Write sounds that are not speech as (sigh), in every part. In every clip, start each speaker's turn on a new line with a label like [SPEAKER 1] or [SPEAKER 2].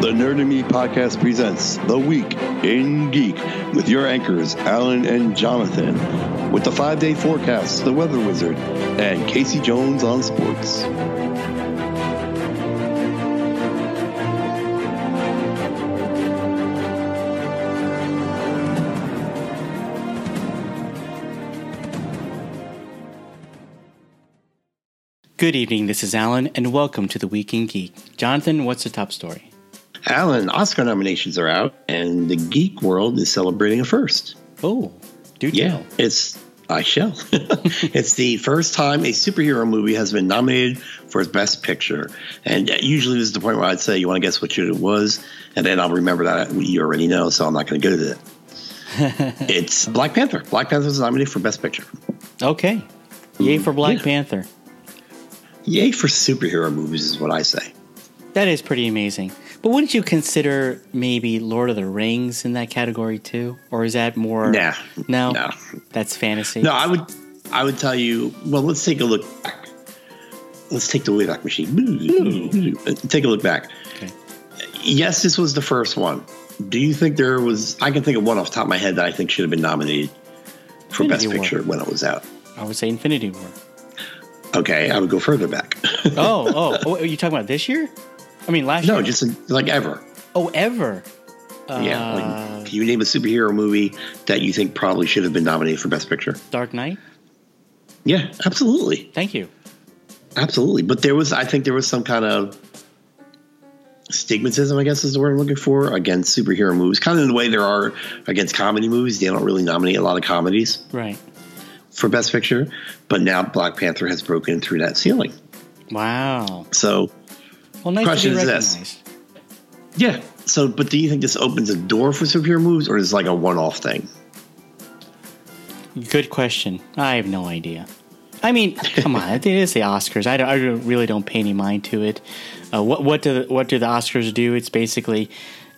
[SPEAKER 1] The Nerd and Me podcast presents The Week in Geek with your anchors, Alan and Jonathan, with the five day forecast, The Weather Wizard, and Casey Jones on sports.
[SPEAKER 2] Good evening, this is Alan, and welcome to the Weekend Geek. Jonathan, what's the top story?
[SPEAKER 1] Alan, Oscar nominations are out, and the geek world is celebrating a first.
[SPEAKER 2] Oh, do tell.
[SPEAKER 1] it's I shall. (laughs) it's the first time a superhero movie has been nominated for Best Picture, and usually this is the point where I'd say you want to guess what year it was, and then I'll remember that you already know, so I'm not going to go to that. it's Black Panther. Black Panther was nominated for Best Picture.
[SPEAKER 2] Okay. Yay for Black
[SPEAKER 1] yeah.
[SPEAKER 2] Panther.
[SPEAKER 1] Yay for superhero movies is what I say.
[SPEAKER 2] That is pretty amazing. But wouldn't you consider maybe Lord of the Rings in that category too? Or is that more.
[SPEAKER 1] Nah.
[SPEAKER 2] No?
[SPEAKER 1] No.
[SPEAKER 2] That's fantasy.
[SPEAKER 1] No, I would, I would tell you. Well, let's take a look back. Let's take the Wayback Machine. take a look back.
[SPEAKER 2] Okay.
[SPEAKER 1] Yes, this was the first one. Do you think there was? I can think of one off the top of my head that I think should have been nominated for
[SPEAKER 2] Infinity
[SPEAKER 1] Best
[SPEAKER 2] War.
[SPEAKER 1] Picture when it was out.
[SPEAKER 2] I would say Infinity War.
[SPEAKER 1] Okay, I would go further back. (laughs)
[SPEAKER 2] Oh, oh, oh, are you talking about this year? I mean, last
[SPEAKER 1] no,
[SPEAKER 2] year?
[SPEAKER 1] just like ever.
[SPEAKER 2] Oh, ever. Uh,
[SPEAKER 1] yeah, like, can you name a superhero movie that you think probably should have been nominated for Best Picture?
[SPEAKER 2] Dark Knight?
[SPEAKER 1] Yeah, absolutely.
[SPEAKER 2] Thank you.
[SPEAKER 1] Absolutely. But there was, I think there was some kind of stigmatism, I guess is the word I'm looking for, against superhero movies, kind of in the way there are against comedy movies. They don't really nominate a lot of comedies
[SPEAKER 2] Right.
[SPEAKER 1] for Best Picture. But now Black Panther has broken through that ceiling.
[SPEAKER 2] Wow.
[SPEAKER 1] So,
[SPEAKER 2] Well, nice
[SPEAKER 1] Question
[SPEAKER 2] to be
[SPEAKER 1] is this.
[SPEAKER 2] recognized.
[SPEAKER 1] yeah. So, but do you think this opens a door for superhero movies or is it like a one off thing?
[SPEAKER 2] Good question. I have no idea. I mean, come on, it is the Oscars. I, don't, I don't- really don't pay any mind to it. Uh, what what do the, what do the Oscars do? It's basically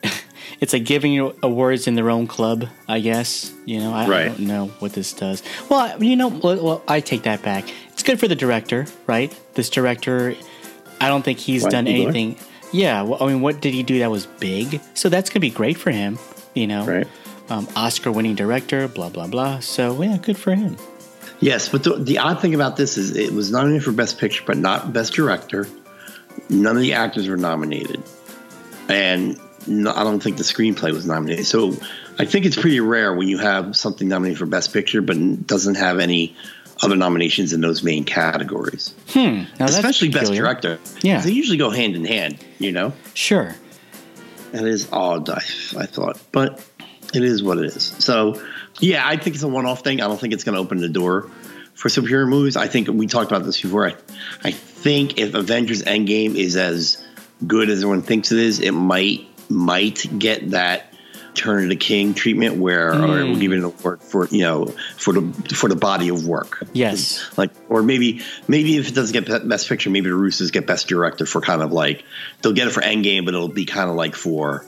[SPEAKER 2] (laughs) it's like giving you awards in their own club, I guess. You know, I, I
[SPEAKER 1] Right.
[SPEAKER 2] don't know what this does. Well, I- you know, well, well, I take that back. It's good for the director, right? This director, I don't think he's
[SPEAKER 1] Ryan
[SPEAKER 2] done
[SPEAKER 1] Coogler?
[SPEAKER 2] anything. Yeah, well, I mean, what did he do that was big? So that's gonna be great for him. You know,
[SPEAKER 1] Right.
[SPEAKER 2] um, Oscar-winning director, blah blah blah. So yeah, good for him.
[SPEAKER 1] Yes. But the, the odd thing about this is it was nominated for Best Picture, but not Best Director. None of the actors were nominated. and no, I don't think the screenplay was nominated. So I think it's pretty rare when you have something nominated for Best Picture but n- doesn't have any other nominations in those main categories,
[SPEAKER 2] Now, that's
[SPEAKER 1] especially Best
[SPEAKER 2] peculiar.
[SPEAKER 1] Director.
[SPEAKER 2] Yeah.
[SPEAKER 1] they usually go hand in hand. You know,
[SPEAKER 2] Sure.
[SPEAKER 1] that is odd. I, I thought, but it is what it is. So yeah, I think it's a one-off thing. I don't think it's going to open the door for superhero movies. I think we talked about this before. I, I think if Avengers Endgame is as good as everyone thinks it is, it might might get that turn of the king treatment where all right, we'll give it an award for you know for the for the body of work.
[SPEAKER 2] Yes.
[SPEAKER 1] Like or maybe maybe if it doesn't get Be- best picture, maybe the Russos get best director for kind of like they'll get it for Endgame, but it'll be kind of like for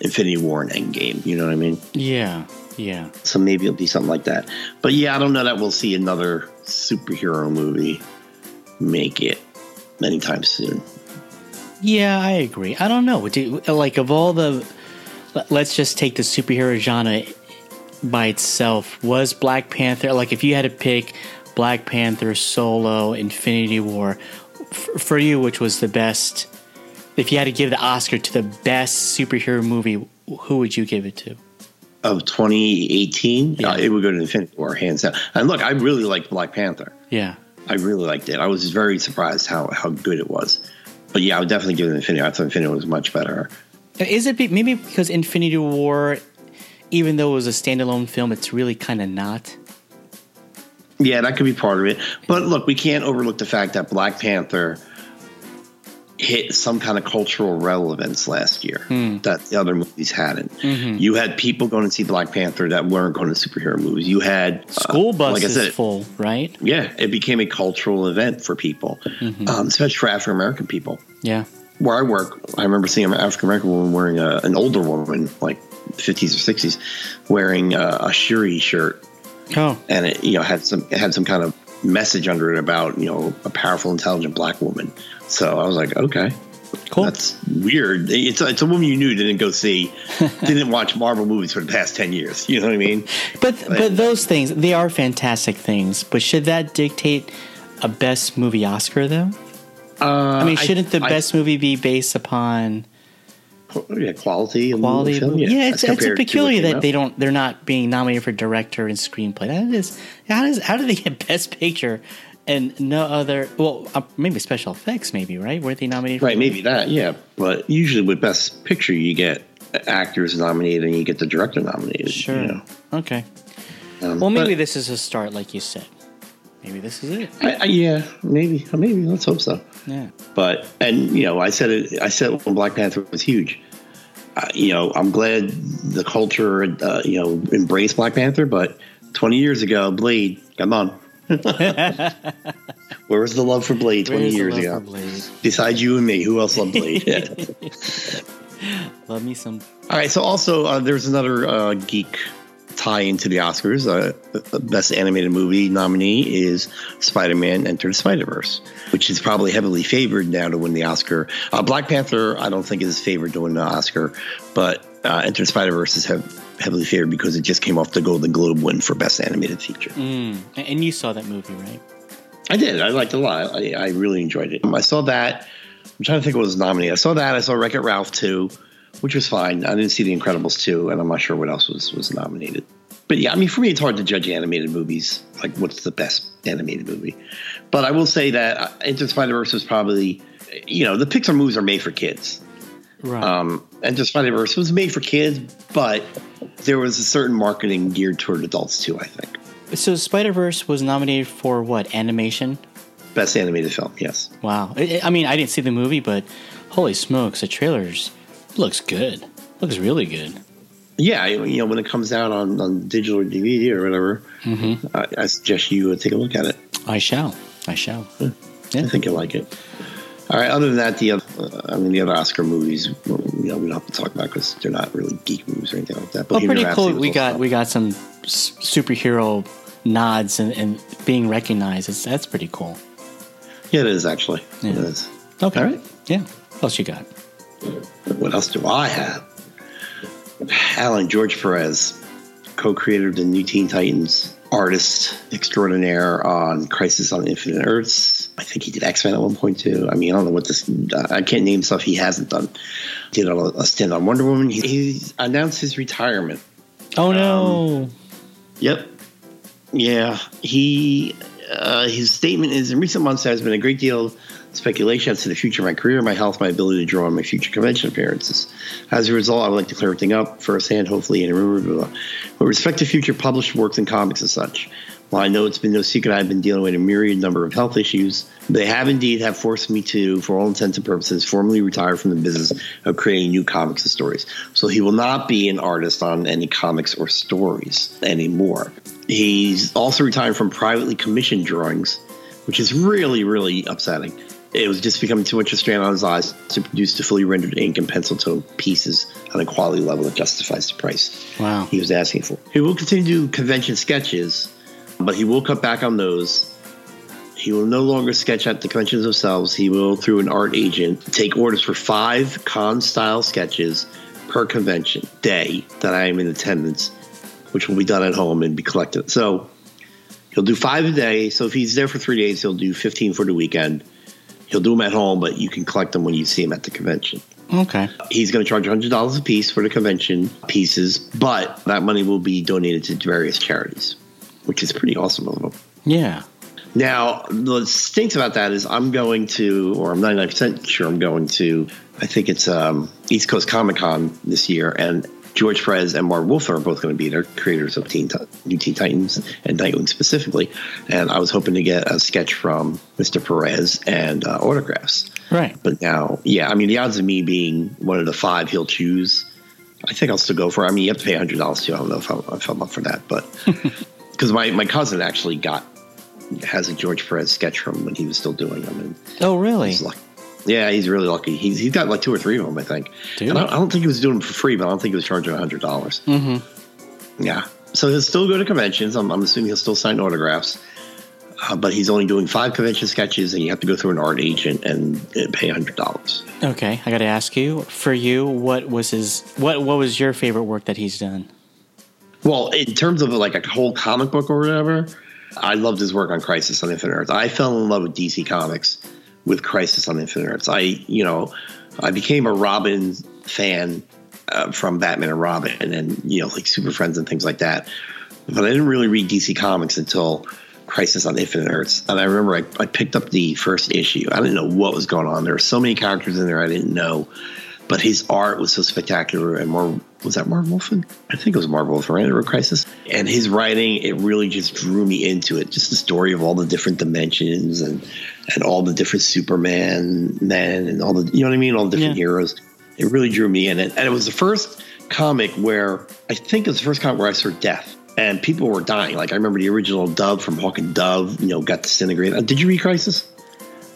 [SPEAKER 1] Infinity War and Endgame. You know what I mean?
[SPEAKER 2] Yeah. Yeah.
[SPEAKER 1] So maybe it'll be something like that. But yeah, I don't know that we'll see another superhero movie make it anytime soon.
[SPEAKER 2] Yeah, I agree. I don't know. Do, like of all the, let- let's just take the superhero genre by itself. Was Black Panther like if you had to pick Black Panther, Solo, Infinity War, f- for you which was the best? If you had to give the Oscar to the best superhero movie, who would you give it to?
[SPEAKER 1] Of 2018,
[SPEAKER 2] Yeah.
[SPEAKER 1] uh, it would go to Infinity War, hands down. And look, I really liked Black Panther.
[SPEAKER 2] Yeah.
[SPEAKER 1] I really liked it. I was very surprised how, how good it was. But yeah, I would definitely give it Infinity. I thought Infinity was much better.
[SPEAKER 2] Is it be- maybe because Infinity War, even though it was a standalone film, it's really kind of not?
[SPEAKER 1] Yeah, that could be part of it. But look, we can't overlook the fact that Black Panther hit some kind of cultural relevance last year that the other movies hadn't. You had people going to see Black Panther that weren't going to superhero movies. You had uh,
[SPEAKER 2] School bus
[SPEAKER 1] like I
[SPEAKER 2] is
[SPEAKER 1] said,
[SPEAKER 2] full, right?
[SPEAKER 1] Yeah, it became a cultural event for people, um, especially for African American people.
[SPEAKER 2] Yeah.
[SPEAKER 1] Where I work, I remember seeing an African American woman wearing a, an older woman, like 50s or 60s, wearing a, a Shuri shirt
[SPEAKER 2] Oh,
[SPEAKER 1] and it you know had some it had some kind of message under it about you know a powerful intelligent black woman so i was like okay
[SPEAKER 2] Cool.
[SPEAKER 1] That's weird. It's a, it's a woman you knew didn't
[SPEAKER 2] (laughs)
[SPEAKER 1] go see, didn't watch Marvel movies for the past ten years. You know what I mean?
[SPEAKER 2] But but those things they are fantastic things. But should that dictate a best movie Oscar though?
[SPEAKER 1] Uh,
[SPEAKER 2] I mean, shouldn't the
[SPEAKER 1] I-
[SPEAKER 2] best movie be based upon
[SPEAKER 1] yeah, quality, and
[SPEAKER 2] quality?
[SPEAKER 1] film,
[SPEAKER 2] yeah, it's, it's
[SPEAKER 1] as compared to what
[SPEAKER 2] peculiar
[SPEAKER 1] came
[SPEAKER 2] that
[SPEAKER 1] out.
[SPEAKER 2] they don't they're not being nominated for director and screenplay. That is how does how do they get (laughs) best picture and no other? Well, uh, maybe special effects, maybe right? Were they nominated?
[SPEAKER 1] Right, maybe that, yeah. But usually with Best Picture, you get actors nominated and you get the director nominated.
[SPEAKER 2] for, sure.
[SPEAKER 1] You know?
[SPEAKER 2] Okay.
[SPEAKER 1] Um,
[SPEAKER 2] Well, maybe
[SPEAKER 1] but
[SPEAKER 2] this is a start, like you said. Maybe this is it.
[SPEAKER 1] I, I, yeah, maybe, maybe. Let's hope so.
[SPEAKER 2] Yeah.
[SPEAKER 1] But and you know, I said it. I said it when Black Panther was huge. I, you know, I'm glad the culture, uh, you know, embraced Black Panther. But 20 years ago, Blade, come on. Where was the love for Blade 20
[SPEAKER 2] Where's the
[SPEAKER 1] years
[SPEAKER 2] love
[SPEAKER 1] ago?
[SPEAKER 2] for Blade?
[SPEAKER 1] Besides you and me, who else loved Blade?
[SPEAKER 2] Love me some.
[SPEAKER 1] All right. So also, uh, there's another uh, geek tie into the Oscars. Uh, the best animated movie nominee is Spider-Man: Enter the Spider-Verse, which is probably heavily favored now to win the Oscar. Uh, Black Panther, I don't think is favored to win the Oscar, but uh, Enter the Spider-Verse is hev- heavily favored because it just came off the Golden Globe win for best animated feature.
[SPEAKER 2] Mm. And- And you saw that movie, right?
[SPEAKER 1] I did. I liked it a lot. I, I really enjoyed it. Um, I saw that. I'm trying to think what was nominated. I saw that. I saw Wreck It Ralph 2, which was fine. I didn't see The Incredibles 2, and I'm not sure what else was, was nominated. But yeah, I mean, for me, it's hard to judge animated movies. Like, what's the best animated movie? But I will say that uh, Into Spider Verse was probably, you know, the Pixar movies are made for kids.
[SPEAKER 2] Right.
[SPEAKER 1] Um, Into Spider Verse was made for kids, but there was a certain marketing geared toward adults too, I think.
[SPEAKER 2] so Spider Verse was nominated for what animation?
[SPEAKER 1] Best animated film, yes.
[SPEAKER 2] Wow. I, I mean, I didn't see the movie, but holy smokes, the trailers looks good. Looks really good.
[SPEAKER 1] yeah, you know, when it comes out on, on digital or DVD or whatever,
[SPEAKER 2] Mm-hmm.
[SPEAKER 1] I, I suggest you uh, take a look at it.
[SPEAKER 2] I shall. I shall.
[SPEAKER 1] I think you'll like it. All right. Other than that, the other, uh, I mean, the other Oscar movies, well, you know, we don't have to talk about because they're not really geek movies or anything like that. But
[SPEAKER 2] Well, pretty cool. We got we got some s- superhero nods and, and being recognized. It's, that's pretty cool.
[SPEAKER 1] yeah, it is actually. It
[SPEAKER 2] Yeah.
[SPEAKER 1] is.
[SPEAKER 2] Okay.
[SPEAKER 1] All right.
[SPEAKER 2] Yeah. What else you got?
[SPEAKER 1] What else do I have? Alan George Perez, co-creator of the New Teen Titans, artist extraordinaire on Crisis on Infinite Earths. I think he did X Men at one point too. I mean, I don't know what this. I can't name stuff he hasn't done. Did a, a stint on Wonder Woman. He, he announced his retirement.
[SPEAKER 2] Oh no.
[SPEAKER 1] Yep. Yeah. He uh, his statement is in recent months there has been a great deal of speculation as to the future of my career, my health, my ability to draw on my future convention appearances. As a result, I would like to clear everything up firsthand, hopefully in a rumor. Blah, blah. With respect to future published works and comics and such. Well, I know it's been no secret I've been dealing with a myriad number of health issues. They have indeed have forced me to, for all intents and purposes, formally retire from the business of creating new comics and stories. So he will not be an artist on any comics or stories anymore. He's also retired from privately commissioned drawings, which is really, really upsetting. It was just becoming too much a strain on his eyes to produce the fully rendered ink and pencil tone pieces on a quality level that justifies the price
[SPEAKER 2] Wow.
[SPEAKER 1] he was asking for. He will continue to do convention sketches, but he will cut back on those. He will no longer sketch at the conventions themselves. He will, through an art agent, take orders for five con style sketches per convention day that I am in attendance, which will be done at home and be collected. So he'll do five a day. So if he's there for three days, he'll do 15 for the weekend. He'll do them at home, but you can collect them when you see him at the convention.
[SPEAKER 2] Okay.
[SPEAKER 1] He's going to charge $100 a piece for the convention pieces, but that money will be donated to various charities, which is pretty awesome of him.
[SPEAKER 2] Yeah.
[SPEAKER 1] Now, the stinks about that is I'm going to, or I'm 99% sure I'm going to, I think it's um, East Coast Comic Con this year, and George Perez and Mark Wolf are both going to be there, creators of Teen Ti- New Teen Titans and Nightwing specifically. And I was hoping to get a sketch from Mr. Perez and uh, autographs.
[SPEAKER 2] Right.
[SPEAKER 1] But now, yeah, I mean, the odds of me being one of the five he'll choose, I think I'll still go for. it. I mean, you have to pay hundred dollars too. I don't know if I'm, if I'm up for that, but because my my cousin actually got has a George Perez sketch from when he was still doing them, and
[SPEAKER 2] Oh really?
[SPEAKER 1] he's lucky. Yeah, he's really lucky. He's he's got like two or three of them, I think.
[SPEAKER 2] Dude. Hmm.
[SPEAKER 1] And I, I don't think he was doing them for free, but I don't think he was charging hundred dollars. Mm-hmm. Yeah. So he'll still go to conventions. I'm, I'm assuming he'll still sign autographs. uh, but he's only doing five convention sketches, and you have to go through an art agent and uh, pay hundred dollars.
[SPEAKER 2] Okay, I got to ask you for you, what was his what what was your favorite work that he's done?
[SPEAKER 1] Well, in terms of like a whole comic book or whatever, I loved his work on Crisis on Infinite Earths. I fell in love with DC Comics with Crisis on Infinite Earths. I, you know, I became a Robin fan uh, from Batman and Robin, and then you know, like Super Friends and things like that. But I didn't really read DC Comics until Crisis on Infinite Earths, and I remember I, I picked up the first issue. I didn't know what was going on. There were so many characters in there I didn't know, but his art was so spectacular. And more was that Marv Wolfman? I think it was Marv Wolfman, right? Or Crisis. And his writing, it really just drew me into it. Just the story of all the different dimensions and and all the different Superman men and all the you know what I mean, all the different
[SPEAKER 2] Yeah.
[SPEAKER 1] heroes. It really drew me in, and, and it was the first comic where I think it was the first comic where I saw death. And people were dying. Like I remember the original Dove from Hawk and Dove, you know, got disintegrated. Uh, Did you read Crisis?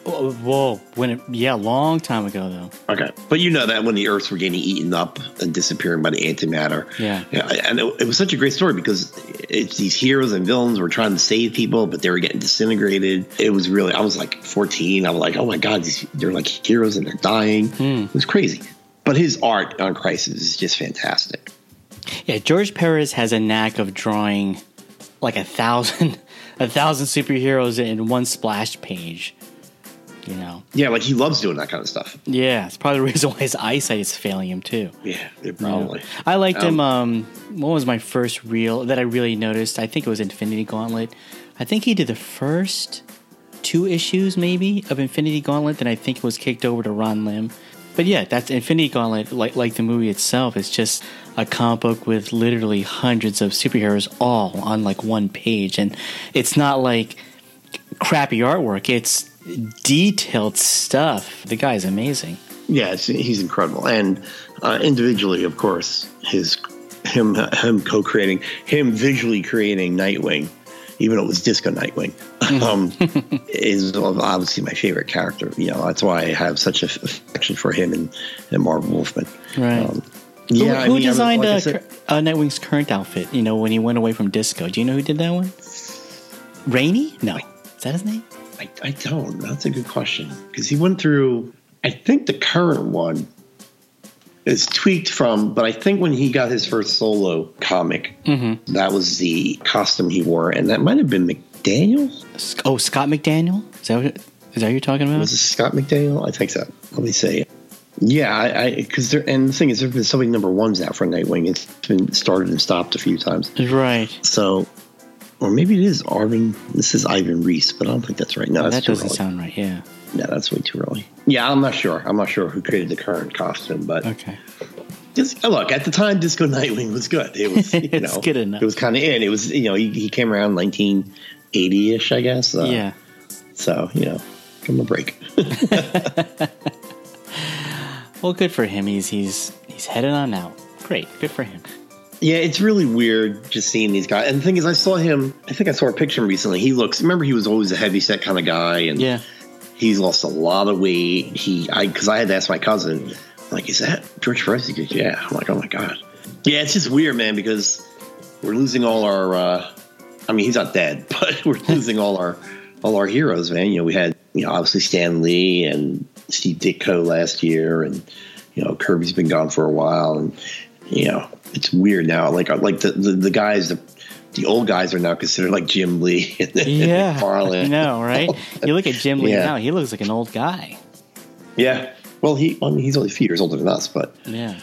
[SPEAKER 2] Oh, Whoa, when it, yeah, long time ago though.
[SPEAKER 1] Okay, but you know that when the Earths were getting eaten up and disappearing by the antimatter,
[SPEAKER 2] Yeah.
[SPEAKER 1] Yeah, and it, it was such a great story because it's these heroes and villains were trying to save people, but they were getting disintegrated. It was really, I was like 14. I was like, oh my God, these, they're like heroes and they're dying. It was crazy. But his art on Crisis is just fantastic.
[SPEAKER 2] Yeah, George Perez has a knack of drawing like a thousand (laughs) a thousand superheroes in one splash page. You know.
[SPEAKER 1] Yeah, like he loves doing that kind of stuff.
[SPEAKER 2] Yeah, it's probably the reason why his eyesight is failing him too.
[SPEAKER 1] Yeah, it
[SPEAKER 2] you know.
[SPEAKER 1] probably.
[SPEAKER 2] I liked him.
[SPEAKER 1] Um,
[SPEAKER 2] Um, what was my first reel that I really noticed? I think it was Infinity Gauntlet. I think he did the first two issues, maybe, of Infinity Gauntlet. Then I think it was kicked over to Ron Lim. But yeah, that's Infinity Gauntlet. Like like the movie itself, it's just a comic book with literally hundreds of superheroes all on like one page, and it's not like crappy artwork. It's detailed stuff. The guy's amazing.
[SPEAKER 1] Yeah, it's, he's incredible. And uh, individually, of course, his him him co-creating him visually creating Nightwing, even though it was Disco Nightwing,
[SPEAKER 2] Mm-hmm.
[SPEAKER 1] um, is obviously my favorite character. You know, that's why I have such a f- affection for him and, and Marvel Wolfman.
[SPEAKER 2] Right.
[SPEAKER 1] Um,
[SPEAKER 2] Who,
[SPEAKER 1] yeah, I
[SPEAKER 2] who
[SPEAKER 1] mean, I was-
[SPEAKER 2] designed
[SPEAKER 1] like I
[SPEAKER 2] uh,
[SPEAKER 1] said-
[SPEAKER 2] cur- uh, Nightwing's current outfit? You know, when he went away from disco. Do you know who did that one? Rainy? No. Is that his name?
[SPEAKER 1] I, I don't. That's a good question because he went through. I think the current one is tweaked from, but I think when he got his first solo comic,
[SPEAKER 2] Mm-hmm.
[SPEAKER 1] that was the costume he wore, and that might have been McDaniel.
[SPEAKER 2] S- Oh, Scott McDaniel? Is that what, is that what you're talking about?
[SPEAKER 1] Was it Scott McDaniel? I think so. Let me see. Yeah, I because there and the thing is, there've been so many number ones out for Nightwing. It's been started and stopped a few times.
[SPEAKER 2] right.
[SPEAKER 1] So, or maybe it is Arvin. This is Ivan Reese, but I don't think that's right. No, that's
[SPEAKER 2] that
[SPEAKER 1] too
[SPEAKER 2] doesn't
[SPEAKER 1] early.
[SPEAKER 2] sound right. Yeah.
[SPEAKER 1] No, that's way too early. Yeah, I'm not sure. I'm not sure who created the current costume, but
[SPEAKER 2] Okay.
[SPEAKER 1] just, look, at the time, Disco Nightwing was good. It
[SPEAKER 2] (laughs)
[SPEAKER 1] was, you
[SPEAKER 2] It's
[SPEAKER 1] know,
[SPEAKER 2] good enough.
[SPEAKER 1] It was kind of in. It was, you know, he, he came around 1980-ish, I guess. Uh,
[SPEAKER 2] yeah.
[SPEAKER 1] So, you know, give him a break.
[SPEAKER 2] Well, good for him. He's he's he's headed on out. Great. Good for him.
[SPEAKER 1] yeah, it's really weird just seeing these guys. And the thing is, I saw him. I think I saw a picture of him recently. He looks. Remember, he was always a heavy set kind of guy, and
[SPEAKER 2] Yeah.
[SPEAKER 1] he's lost a lot of weight. He, I, because I had to ask my cousin, like, is that George Perez? He goes, yeah. I'm like, oh my god. Yeah, it's just weird, man, because we're losing all our. uh I mean, he's not dead, (laughs) but we're losing all our all our heroes, man. You know, we had you know obviously Stan Lee and Steve Ditko last year, and you know Kirby's been gone for a while, and you know it's weird now. Like uh, like the the, the guys the. The old guys are now considered like Jim Lee (laughs) and,
[SPEAKER 2] Yeah.
[SPEAKER 1] McFarlane.
[SPEAKER 2] You know, right? (laughs) You look at Jim Lee
[SPEAKER 1] Yeah.
[SPEAKER 2] now. He looks like an old guy.
[SPEAKER 1] Yeah. Well, he I mean, he's only a few years older than us, but
[SPEAKER 2] Yeah.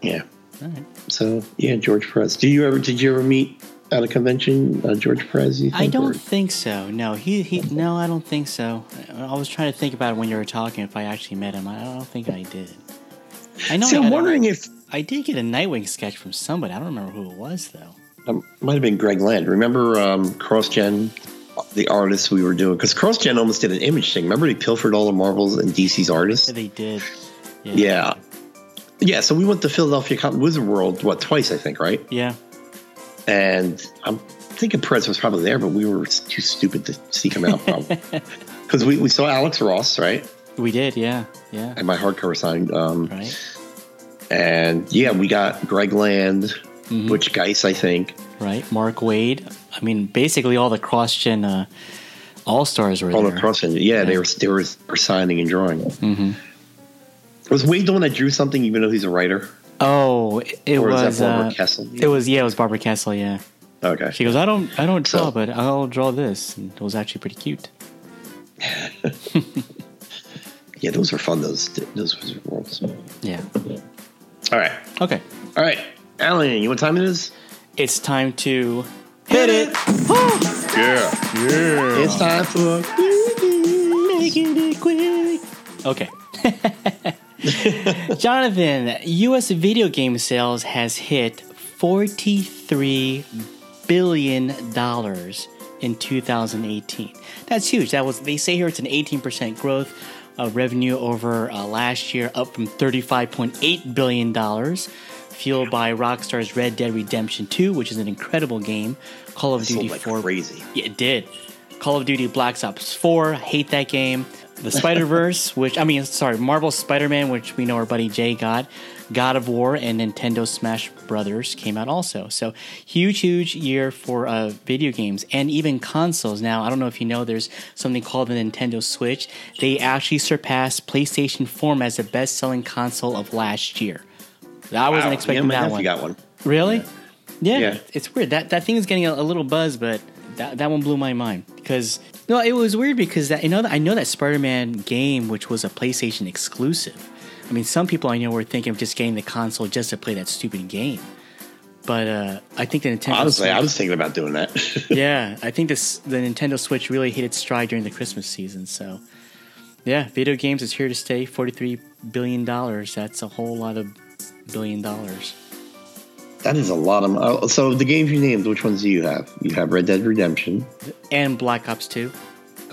[SPEAKER 1] yeah.
[SPEAKER 2] All right.
[SPEAKER 1] So yeah, George Perez. Do you ever did you ever meet at a convention uh, George Perez? You
[SPEAKER 2] I
[SPEAKER 1] think,
[SPEAKER 2] don't
[SPEAKER 1] or-
[SPEAKER 2] think so. No, he, he no, I don't think so. I I was trying to think about it when you were talking if I actually met him. I don't think I did. I know.
[SPEAKER 1] See,
[SPEAKER 2] I
[SPEAKER 1] I'm
[SPEAKER 2] had a-
[SPEAKER 1] wondering if
[SPEAKER 2] I did get a Nightwing sketch from somebody. I don't remember who it was though.
[SPEAKER 1] um, might have been Greg Land. Remember um, CrossGen, the artist we were doing because CrossGen almost did an image thing. Remember they pilfered all the Marvels and DC's artists.
[SPEAKER 2] They did.
[SPEAKER 1] Yeah. Yeah, so we went to Philadelphia Con- Wizard World, what, twice, I think, right?
[SPEAKER 2] Yeah.
[SPEAKER 1] And I'm thinking Perez was probably there, but we were too stupid to seek him out,
[SPEAKER 2] (laughs)
[SPEAKER 1] probably. Because we, we saw Alex Ross, right?
[SPEAKER 2] We did. Yeah. Yeah.
[SPEAKER 1] and my hardcover signed. Um,
[SPEAKER 2] Right.
[SPEAKER 1] And yeah, we got Greg Land,
[SPEAKER 2] Mhm.
[SPEAKER 1] Butch Geis, I think.
[SPEAKER 2] Right. Mark Wade. I mean, basically all the cross gen uh, All stars were
[SPEAKER 1] All
[SPEAKER 2] there.
[SPEAKER 1] across Engine. Yeah, Mm-hmm. they were they were, were signing and drawing. Was Wade the one that drew something, even though he's a writer?
[SPEAKER 2] Oh, it, it
[SPEAKER 1] Or is that
[SPEAKER 2] was
[SPEAKER 1] Barbara
[SPEAKER 2] uh,
[SPEAKER 1] Castle?
[SPEAKER 2] It was yeah, it was Barbara Castle. Yeah,
[SPEAKER 1] Okay.
[SPEAKER 2] she goes, I don't, I don't draw,
[SPEAKER 1] So-
[SPEAKER 2] but I'll draw this, and it was actually pretty cute.
[SPEAKER 1] Yeah, those were fun. Those those Wizard worlds. All
[SPEAKER 2] Yeah.
[SPEAKER 1] right,
[SPEAKER 2] Okay.
[SPEAKER 1] all right, Alan, you know what time it is?
[SPEAKER 2] It's time to hit it. Woo!
[SPEAKER 1] Yeah, yeah. It's time for
[SPEAKER 2] Making it quick. Okay. (laughs) Jonathan, U.S. video game sales has hit forty-three billion dollars in 2018. That's huge. That was they say here it's an 18% growth of revenue over uh, last year, up from 35.8 billion dollars, fueled by Rockstar's Red Dead Redemption 2, which is an incredible game. Call of
[SPEAKER 1] sold
[SPEAKER 2] Duty
[SPEAKER 1] like
[SPEAKER 2] 4
[SPEAKER 1] crazy.
[SPEAKER 2] yeah, it did. Call of Duty Black Ops 4, hate that game. The Spider Verse, which I mean, sorry, Marvel Spider Man, which we know our buddy Jay got. God of War and Nintendo Smash Brothers came out also. So huge, huge year for uh, video games and even consoles. Now I don't know if you know, there's something called the Nintendo Switch. They actually surpassed PlayStation 4 as the best-selling console of last year. I wasn't
[SPEAKER 1] Wow.
[SPEAKER 2] expecting
[SPEAKER 1] yeah, my
[SPEAKER 2] that
[SPEAKER 1] nephew
[SPEAKER 2] one.
[SPEAKER 1] got one.
[SPEAKER 2] Really? Yeah.
[SPEAKER 1] Yeah.
[SPEAKER 2] It's weird. That that thing is getting a, a little buzz, but that, that one blew my mind because no, it was weird because that you know that I know that Spider-Man game, which was a PlayStation exclusive. I mean, some people I know were thinking of just getting the console just to play that stupid game, but uh, I think the Nintendo.
[SPEAKER 1] Honestly, I
[SPEAKER 2] Switch-
[SPEAKER 1] was thinking about doing that.
[SPEAKER 2] (laughs)
[SPEAKER 1] (laughs)
[SPEAKER 2] yeah, I think this the Nintendo Switch really hit its stride during the Christmas season. So, yeah, video games is here to stay. Forty three billion dollars. That's a whole lot of billion dollars.
[SPEAKER 1] That is a lot of. oh, So the games you named, which ones do you have? You have Red Dead Redemption.
[SPEAKER 2] and Black Ops 2.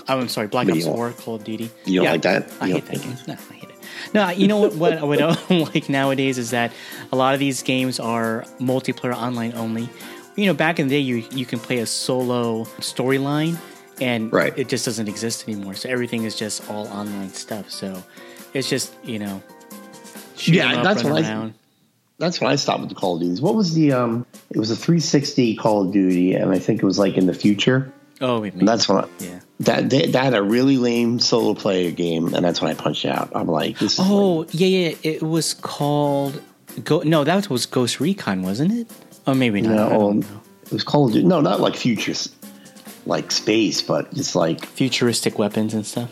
[SPEAKER 2] Oh, I'm sorry, Black
[SPEAKER 1] But
[SPEAKER 2] Ops
[SPEAKER 1] you don't-
[SPEAKER 2] 4, Call of Duty.
[SPEAKER 1] you don't like that?
[SPEAKER 2] I
[SPEAKER 1] You
[SPEAKER 2] hate that
[SPEAKER 1] don't-
[SPEAKER 2] game. No, I hate it. No, you know what, what I would don't (laughs) like nowadays is that a lot of these games are multiplayer online only. You know, back in the day, you, you can play a solo storyline, and
[SPEAKER 1] Right.
[SPEAKER 2] it just doesn't exist anymore. So everything is just all online stuff. So it's just, you know, shoot
[SPEAKER 1] Yeah,
[SPEAKER 2] 'em
[SPEAKER 1] that's
[SPEAKER 2] run
[SPEAKER 1] what I- That's when I stopped with the Call of Duties. What was the um? It was a 360 Call of Duty, and I think it was like in the future.
[SPEAKER 2] Oh, wait,
[SPEAKER 1] And that's when I,
[SPEAKER 2] yeah.
[SPEAKER 1] that they, that had a really lame solo player game, and that's when I punched out. I'm like, this is lame.
[SPEAKER 2] Oh yeah, yeah. It was called. Go- no, that was Ghost Recon, wasn't it? Oh, maybe not. I
[SPEAKER 1] no,
[SPEAKER 2] don't
[SPEAKER 1] um,
[SPEAKER 2] know.
[SPEAKER 1] it was Call of Duty. No, not like futures, like space, but it's like
[SPEAKER 2] Futuristic weapons and stuff.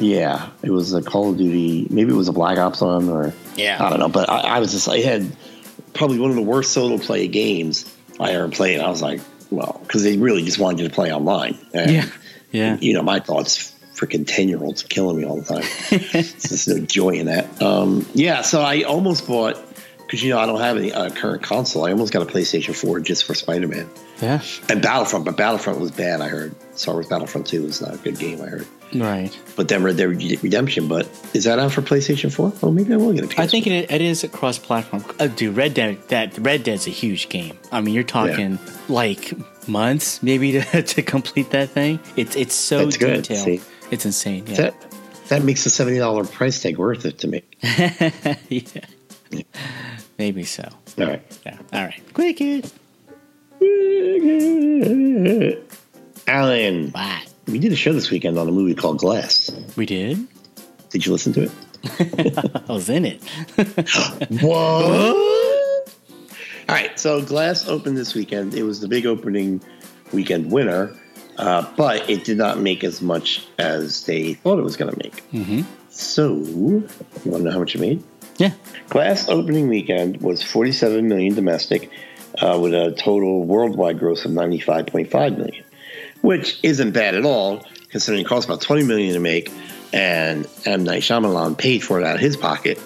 [SPEAKER 1] yeah, it was a Call of Duty. Maybe it was a Black Ops one or
[SPEAKER 2] Yeah.
[SPEAKER 1] I don't know. But I, I was just I had probably one of the worst solo play games I ever played. I was like, well, because they really just wanted you to play online. And,
[SPEAKER 2] Yeah, yeah.
[SPEAKER 1] You know, my thoughts. Freaking ten year olds killing me all the time.
[SPEAKER 2] (laughs)
[SPEAKER 1] There's no joy in that. Um, yeah, so I almost bought because you know I don't have any uh, current console. I almost got a PlayStation Four just for Spider Man.
[SPEAKER 2] Yeah,
[SPEAKER 1] And Battlefront, but Battlefront was bad. I heard Star Wars Battlefront Two was not a good game. I heard,
[SPEAKER 2] right.
[SPEAKER 1] but then Red Dead Redemption. But is that out for PlayStation Four? Oh, maybe I will get a PS.
[SPEAKER 2] I think it, it is a cross-platform. Uh, dude, Red Dead that Red Dead's a huge game. I mean, you're talking like months maybe to, (laughs) to complete that thing. It's it's so
[SPEAKER 1] That's good,
[SPEAKER 2] detailed.
[SPEAKER 1] see?
[SPEAKER 2] It's insane. Yeah.
[SPEAKER 1] that that makes the seventy dollar price tag worth it to me.
[SPEAKER 2] (laughs) yeah. Maybe so.
[SPEAKER 1] All right,
[SPEAKER 2] Yeah. All right. Quick it.
[SPEAKER 1] Alan,
[SPEAKER 2] Bye.
[SPEAKER 1] we did a show this weekend on a movie called Glass.
[SPEAKER 2] We did. (laughs)
[SPEAKER 1] Did you listen to it?
[SPEAKER 2] I was in it. (laughs)
[SPEAKER 1] What? All right, so Glass opened this weekend. It was the big opening weekend winner, uh, but it did not make as much as they thought it was going to make.
[SPEAKER 2] Mm-hmm.
[SPEAKER 1] So, you want to know how much it made?
[SPEAKER 2] Yeah.
[SPEAKER 1] Glass opening weekend was 47 million domestic, uh, with a total worldwide gross of 95.5 million, which isn't bad at all, considering it cost about 20 million to make, and M Night Shyamalan paid for it out of his pocket.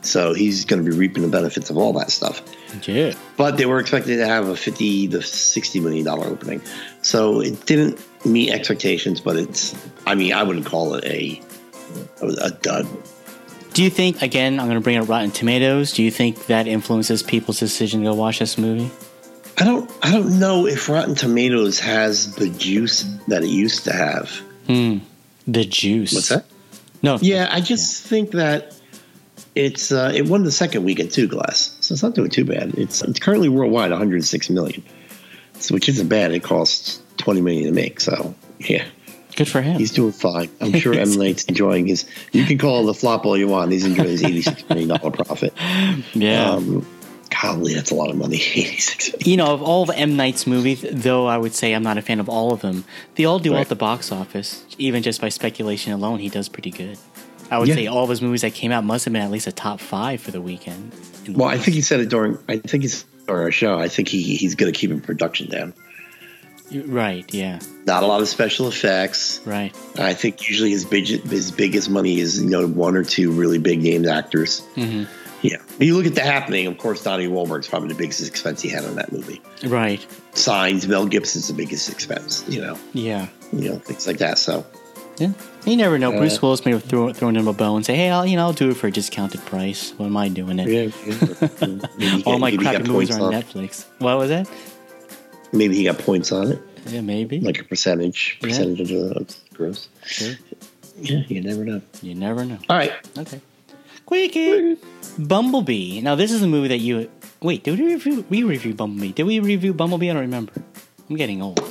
[SPEAKER 1] So he's going to be reaping the benefits of all that stuff.
[SPEAKER 2] Yeah.
[SPEAKER 1] But they were expected to have a 50 to 60 million dollar opening, so it didn't meet expectations. But it's, I mean, I wouldn't call it a a dud.
[SPEAKER 2] Do you think again? I'm going to bring up Rotten Tomatoes. Do you think that influences people's decision to go watch this movie?
[SPEAKER 1] I don't I don't know if Rotten Tomatoes has the juice that it used to have.
[SPEAKER 2] Hmm. The juice. No.
[SPEAKER 1] Yeah, I just think that it's uh, it won the second week at Two Glass, so it's not doing too bad. It's it's currently worldwide 106 million, so, which isn't bad. It costs 20 million to make, so yeah,
[SPEAKER 2] Good for him.
[SPEAKER 1] He's doing fine. I'm sure M Knight's enjoying his. You can call the flop all you want. He's enjoying his eighty-six million dollar profit.
[SPEAKER 2] yeah.
[SPEAKER 1] Um, golly, that's a lot of money. (laughs) Eighty-six.
[SPEAKER 2] you know, of all of M Night's movies, though I would say I'm not a fan of all of them, they all do well
[SPEAKER 1] Right.
[SPEAKER 2] at the box office. Even just by speculation alone, he does pretty good. I would
[SPEAKER 1] Yeah.
[SPEAKER 2] say all of his movies that came out must have been at least a top five for the weekend. In the
[SPEAKER 1] Well, I
[SPEAKER 2] list.
[SPEAKER 1] think he said it during. I think he's during our show. I think he he's going to keep in production down.
[SPEAKER 2] right, yeah,
[SPEAKER 1] Not a lot of special effects.
[SPEAKER 2] right,
[SPEAKER 1] I think usually his big, his biggest money is you know one or two really big named actors.
[SPEAKER 2] Mhm.
[SPEAKER 1] Yeah, when you look at the happening. Of course, Donnie Wahlberg's probably the biggest expense he had on that movie.
[SPEAKER 2] right,
[SPEAKER 1] Signs, Mel Gibson's the biggest expense. You know,
[SPEAKER 2] yeah,
[SPEAKER 1] you know things like that. So
[SPEAKER 2] yeah. You never know.
[SPEAKER 1] Uh,
[SPEAKER 2] Bruce Willis may have throw, thrown him a bone and say, "Hey, I'll you know I'll do it for a discounted price. What am I doing it?
[SPEAKER 1] (laughs) Maybe
[SPEAKER 2] All
[SPEAKER 1] he-
[SPEAKER 2] my
[SPEAKER 1] maybe he got
[SPEAKER 2] crappy movies
[SPEAKER 1] points
[SPEAKER 2] are on
[SPEAKER 1] on-
[SPEAKER 2] Netflix." What was that?
[SPEAKER 1] Maybe he got points on it,
[SPEAKER 2] Yeah, maybe.
[SPEAKER 1] like a percentage,
[SPEAKER 2] Yeah.
[SPEAKER 1] percentage of the of the gross.
[SPEAKER 2] Sure.
[SPEAKER 1] Yeah, you never know.
[SPEAKER 2] You never know.
[SPEAKER 1] All right,
[SPEAKER 2] Okay. Quickie. Bumblebee. Now this is a movie that you wait. Did we review? We review Bumblebee. Did we review Bumblebee? I don't remember. I'm getting old.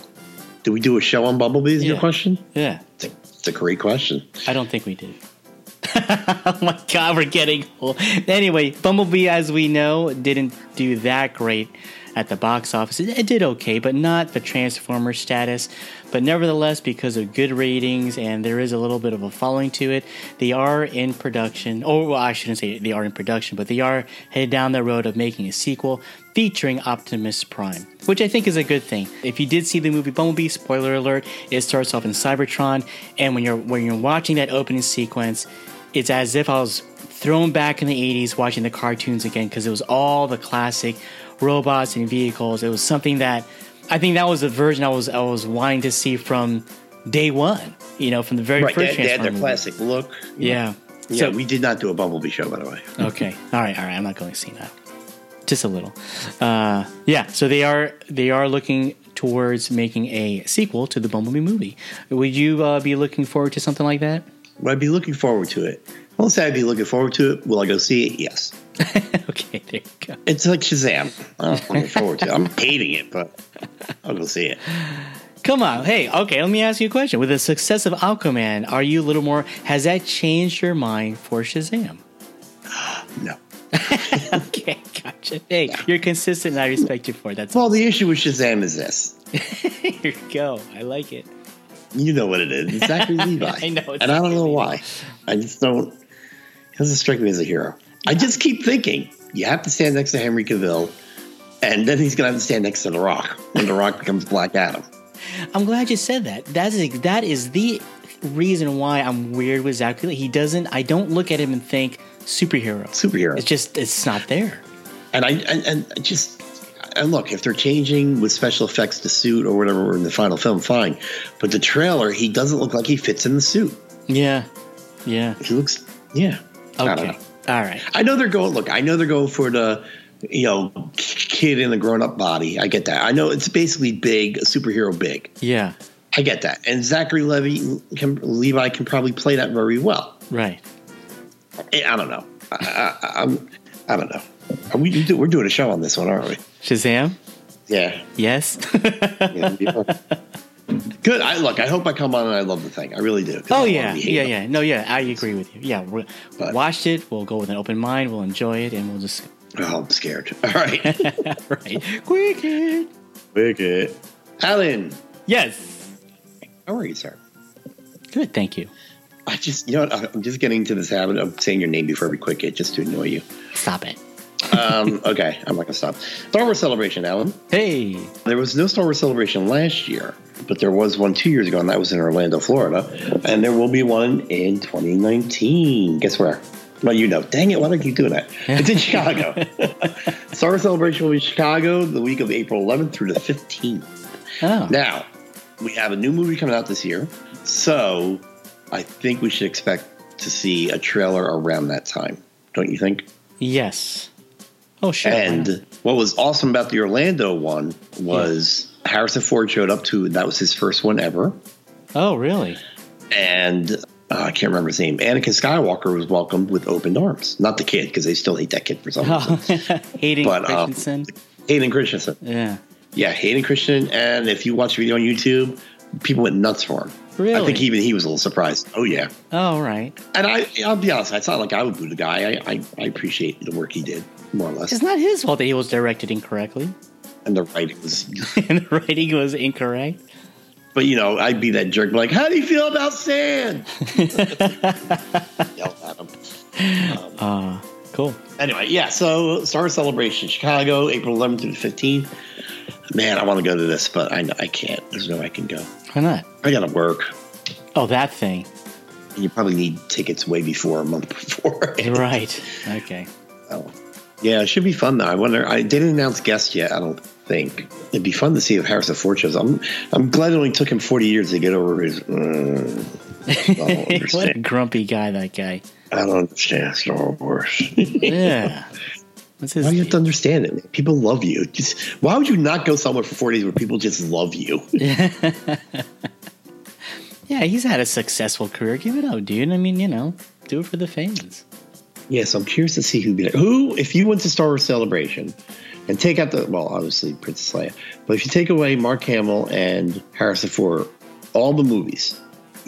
[SPEAKER 1] did we do a show on Bumblebee? Is your
[SPEAKER 2] Yeah.
[SPEAKER 1] question?
[SPEAKER 2] Yeah,
[SPEAKER 1] It's a, it's a great question.
[SPEAKER 2] I don't think we did. (laughs) oh my god, we're getting old. Anyway, Bumblebee, as we know, didn't do that great at the box office. It, it did okay, but not the Transformer status. But nevertheless, because of good ratings and there is a little bit of a following to it, they are in production. Or well, I shouldn't say they are in production, but they are headed down the road of making a sequel featuring Optimus Prime, which I think is a good thing. If you did see the movie Bumblebee, spoiler alert, it starts off in Cybertron, and when you're when you're watching that opening sequence, it's as if I was thrown back in the 80s watching the cartoons again because it was all the classic robots and vehicles. It was something that I think that was the version I was I was wanting to see from day one, you know, from the very
[SPEAKER 1] Right, they,
[SPEAKER 2] first
[SPEAKER 1] they had their
[SPEAKER 2] Transformers movie.
[SPEAKER 1] classic look.
[SPEAKER 2] Yeah.
[SPEAKER 1] Yeah, we did not do a Bumblebee show, by the way. (laughs)
[SPEAKER 2] Okay. All right. All right. I'm not going to see that. Just a little. Uh, yeah. So they are they are looking towards making a sequel to the Bumblebee movie. Would you uh, be looking forward to something like that? (laughs)
[SPEAKER 1] Would I be looking forward to it? I won't say I'd be looking forward to it. Will I go see it? Yes.
[SPEAKER 2] okay. There you go.
[SPEAKER 1] It's like Shazam. I'm looking forward to it. (laughs) I'm hating it, but I'll go see it.
[SPEAKER 2] Come on. Hey. Okay. Let me ask you a question. With the success of Aquaman, are you a little more? Has that changed your mind for Shazam?
[SPEAKER 1] No.
[SPEAKER 2] (laughs) Okay. Gotcha. Hey, you're consistent. and I respect you (laughs) for it. That's all.
[SPEAKER 1] Well, the issue with Shazam is this.
[SPEAKER 2] Here you go. I like it.
[SPEAKER 1] You know what it is. It's (laughs) Zachary Levi.
[SPEAKER 2] I know, it's
[SPEAKER 1] And I don't
[SPEAKER 2] Zachary
[SPEAKER 1] know
[SPEAKER 2] Levi.
[SPEAKER 1] why. I just don't. He doesn't strike me as a hero. I just keep thinking you have to stand next to Henry Cavill, and then he's going to have to stand next to The Rock when The Rock becomes Black Adam.
[SPEAKER 2] I'm glad you said that. That is that is the reason why I'm weird with Zachary. Levi. He doesn't. I don't look at him and think superhero.
[SPEAKER 1] Superhero.
[SPEAKER 2] It's just it's not there.
[SPEAKER 1] and I and, and I just and look if they're changing with special effects to suit or whatever in the final film, fine. But the trailer, he doesn't look like he fits in the suit.
[SPEAKER 2] Yeah, yeah.
[SPEAKER 1] He looks, yeah. I don't
[SPEAKER 2] Okay.
[SPEAKER 1] know.
[SPEAKER 2] All right.
[SPEAKER 1] I know they're going. Look, I know they're going for the you know kid in the grown up body. I get that. I know it's basically big superhero big.
[SPEAKER 2] Yeah.
[SPEAKER 1] I get that. And Zachary Levy can, Levi can probably play that very well. Eh,
[SPEAKER 2] Right.
[SPEAKER 1] I I don't know. I, I, I- I'm. I don't know. Are we we do- we're doing a show on this one, aren't we?
[SPEAKER 2] Shazam.
[SPEAKER 1] Yeah.
[SPEAKER 2] Yes. (laughs)
[SPEAKER 1] Yeah, it'd be fun. (laughs) Good. I look. I hope I come on and I love the thing. I really do. 'cause I
[SPEAKER 2] oh
[SPEAKER 1] don't
[SPEAKER 2] yeah.
[SPEAKER 1] wanna be hated
[SPEAKER 2] Yeah.
[SPEAKER 1] on.
[SPEAKER 2] Yeah. No. Yeah. I agree with you. Yeah. We
[SPEAKER 1] But-
[SPEAKER 2] watched it. We'll go with an open mind. We'll enjoy it, and we'll
[SPEAKER 1] (laughs)
[SPEAKER 2] just (laughs)
[SPEAKER 1] Oh, I'm scared. (laughs) All right.
[SPEAKER 2] right. Quick. hit.
[SPEAKER 1] Wicked. Alan,
[SPEAKER 2] Yes.
[SPEAKER 1] how are you, sir?
[SPEAKER 2] Good. Thank you.
[SPEAKER 1] I just, you know, what, I'm just getting into this habit of saying your name before every quick hit just to annoy you.
[SPEAKER 2] Stop it.
[SPEAKER 1] Um, (laughs) okay, I'm not gonna stop. Star Wars Celebration, Alan.
[SPEAKER 2] Hey.
[SPEAKER 1] There was no Star Wars Celebration last year, but there was one two years ago, and that was in Orlando, Florida. And there will be one in 2019. Guess where? Well, you know. Dang it, why don't you do that? It's in Chicago. Star Wars Celebration will be in Chicago the week of April 11th through the 15th.
[SPEAKER 2] Oh.
[SPEAKER 1] Now, we have a new movie coming out this year, so I think we should expect to see a trailer around that time, don't you think?
[SPEAKER 2] Yes. Oh sure. why
[SPEAKER 1] And
[SPEAKER 2] not?
[SPEAKER 1] what was awesome about the Orlando one was Harrison Ford showed up to that was his first one ever,
[SPEAKER 2] Oh, really? (laughs)
[SPEAKER 1] and uh, I can't remember his name. Anakin Skywalker was welcomed with open arms, not the kid because they still hate that kid for some reason.
[SPEAKER 2] (laughs) Oh, Hayden
[SPEAKER 1] But, um,
[SPEAKER 2] Christensen.
[SPEAKER 1] Hayden Christensen,
[SPEAKER 2] yeah.
[SPEAKER 1] yeah, Hayden Christensen, and if you watch the video on YouTube, people went nuts for him.
[SPEAKER 2] Really?
[SPEAKER 1] I think even he was a little surprised. Oh yeah,
[SPEAKER 2] Oh, right.
[SPEAKER 1] and I I'll be honest, it's not like I would boo the guy. I I, I appreciate the work he did more or less,
[SPEAKER 2] It's not his fault that he was directed incorrectly (laughs)
[SPEAKER 1] and the writing was.
[SPEAKER 2] and the writing was incorrect.
[SPEAKER 1] But you know, I'd be that jerk, like, how do you feel about (laughs) sand? Yell at him.
[SPEAKER 2] Uh, cool.
[SPEAKER 1] Anyway, yeah. So Star Celebration, Chicago, April 11th through the 15th. Man, I want to go to this, but I I can't. There's no way I can go.
[SPEAKER 2] Why not?
[SPEAKER 1] I gotta work.
[SPEAKER 2] Oh, that
[SPEAKER 1] (laughs)
[SPEAKER 2] thing.
[SPEAKER 1] You probably need tickets way before a month (laughs) before.
[SPEAKER 2] Right. Okay.
[SPEAKER 1] So, yeah, it should be fun though. I wonder. I didn't announce guests yet. I don't think it'd be fun to see if Harris of Fortunes. I'm I'm glad it only took him 40 years to get over his. Uh, I
[SPEAKER 2] (laughs)
[SPEAKER 1] don't
[SPEAKER 2] what a
[SPEAKER 1] understand.
[SPEAKER 2] grumpy guy that guy.
[SPEAKER 1] I don't understand Star Wars.
[SPEAKER 2] Yeah. What's his
[SPEAKER 1] (laughs) Why do you
[SPEAKER 2] name?
[SPEAKER 1] have to understand it? man? People love you. Just why would you not go somewhere for four days where people just love you?
[SPEAKER 2] Yeah, he's had a successful career. Give it up, dude. I mean, you know, do it for the fans.
[SPEAKER 1] (laughs) yeah, so I'm curious to see who'd be there. Who, if you went to Star Wars Celebration and take out the well, obviously Princess Leia, but if you take away Mark Hamill and Harrison Ford, all the movies,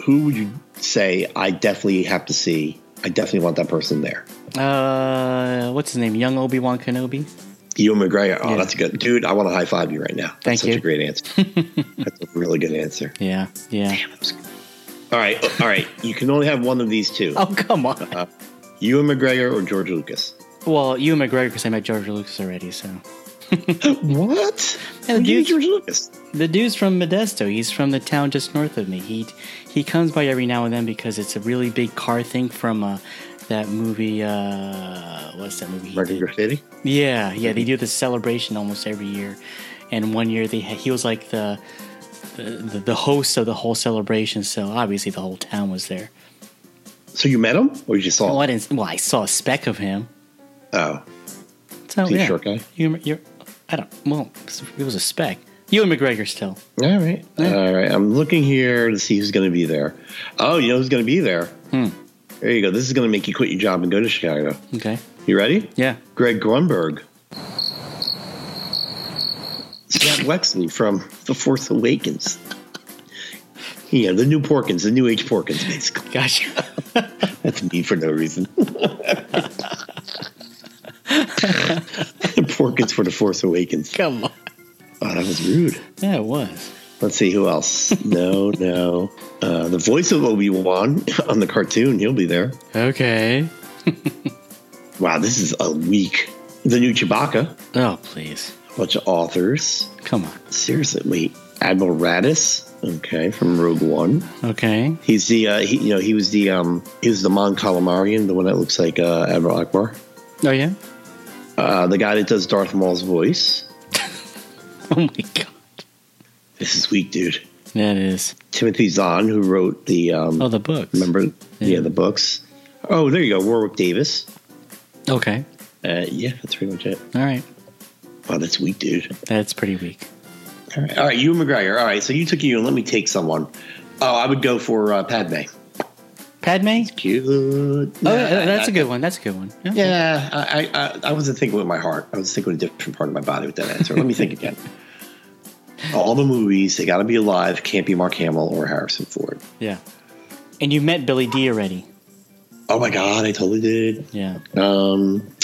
[SPEAKER 1] who would you say I definitely have to see? I definitely want that person there.
[SPEAKER 2] Uh, what's his name? Young Obi Wan Kenobi.
[SPEAKER 1] Ewan McGregor. Oh,
[SPEAKER 2] Yeah.
[SPEAKER 1] that's a good dude. I want to high five you right now.
[SPEAKER 2] Thank
[SPEAKER 1] That's such
[SPEAKER 2] you.
[SPEAKER 1] a great (laughs) answer. that's a really good answer.
[SPEAKER 2] Yeah, yeah. (laughs)
[SPEAKER 1] Damn, that was good. All right, oh, all right. You can only have one of these (laughs) two. Uh,
[SPEAKER 2] Oh come on.
[SPEAKER 1] Ewan McGregor or George Lucas?
[SPEAKER 2] Well, you and McGregor because I met George Lucas already. So
[SPEAKER 1] (gasps) what?
[SPEAKER 2] Yeah,
[SPEAKER 1] Who gave you
[SPEAKER 2] dude.
[SPEAKER 1] George Lucas.
[SPEAKER 2] the dude's from Modesto. He's from the town just north of me. He he comes by every now and then because it's a really big car thing from uh, that movie. Uh, what's that movie? he
[SPEAKER 1] American
[SPEAKER 2] did?
[SPEAKER 1] Graffiti.
[SPEAKER 2] Yeah, yeah, they do the celebration almost every year, and one year they had, he was like the, the the host of the whole celebration. So obviously the whole town was there.
[SPEAKER 1] So you met him, or you just saw?
[SPEAKER 2] Well,
[SPEAKER 1] him?
[SPEAKER 2] I didn't. Well, I saw a speck of him.
[SPEAKER 1] Oh,
[SPEAKER 2] So
[SPEAKER 1] Is he a
[SPEAKER 2] yeah,
[SPEAKER 1] short guy?
[SPEAKER 2] You, you're, I don't. Well, it was a speck. You and McGregor still.
[SPEAKER 1] all right, all right. I'm looking here to see who's going to be there. Oh, you know who's going to be there?
[SPEAKER 2] Hmm.
[SPEAKER 1] There you go. This is going to make you quit your job and go to Chicago.
[SPEAKER 2] Okay.
[SPEAKER 1] You ready?
[SPEAKER 2] Yeah.
[SPEAKER 1] Greg Grunberg. Scott Wexley from The Force Awakens. Yeah, the new Porkins, the new age Porkins, basically. (laughs)
[SPEAKER 2] Gotcha.
[SPEAKER 1] That's me for no reason. (laughs) Porkins for the Force
[SPEAKER 2] (laughs)
[SPEAKER 1] Awakens.
[SPEAKER 2] Come on.
[SPEAKER 1] Oh, that was rude.
[SPEAKER 2] Yeah, it was.
[SPEAKER 1] Let's see who else. No, no. Uh, the voice of Obi Wan (laughs) on the cartoon. He'll be there.
[SPEAKER 2] Okay.
[SPEAKER 1] Wow, this is a week. The new Chewbacca.
[SPEAKER 2] Oh please,
[SPEAKER 1] Bunch of authors.
[SPEAKER 2] come on.
[SPEAKER 1] Seriously, wait. Admiral Radis. Okay, from Rogue One.
[SPEAKER 2] Okay.
[SPEAKER 1] He's the uh, he, you know he was the um he was the Mon Calamarian, the one that looks like uh, Admiral Akbar.
[SPEAKER 2] Oh yeah. (laughs)
[SPEAKER 1] Uh, the guy that does Darth Maul's voice.
[SPEAKER 2] Oh my god.
[SPEAKER 1] This is weak, dude.
[SPEAKER 2] That is.
[SPEAKER 1] Timothy Zahn, who wrote the um,
[SPEAKER 2] Oh, the books.
[SPEAKER 1] remember
[SPEAKER 2] Yeah.
[SPEAKER 1] yeah the books. Oh, there you go, Warwick Davis.
[SPEAKER 2] Okay.
[SPEAKER 1] Uh, yeah, that's pretty much it.
[SPEAKER 2] All right.
[SPEAKER 1] Wow, that's weak, dude.
[SPEAKER 2] That's pretty weak.
[SPEAKER 1] All right, all right you McGregor. All right, so you took you and let me take someone. Oh, I would go for uh, Padme.
[SPEAKER 2] Padme.
[SPEAKER 1] Cute.
[SPEAKER 2] Oh,
[SPEAKER 1] Yeah,
[SPEAKER 2] yeah, that's
[SPEAKER 1] I-
[SPEAKER 2] a good one. That's a good one.
[SPEAKER 1] Yeah, I, I I wasn't thinking with my heart. I was thinking with a different part of my body with that answer. Let me
[SPEAKER 2] (laughs)
[SPEAKER 1] think again. All the movies, they got to be alive. Can't be Mark Hamill or Harrison Ford.
[SPEAKER 2] Yeah. And you met Billy D already.
[SPEAKER 1] Oh my God, I totally did.
[SPEAKER 2] Yeah.
[SPEAKER 1] Um,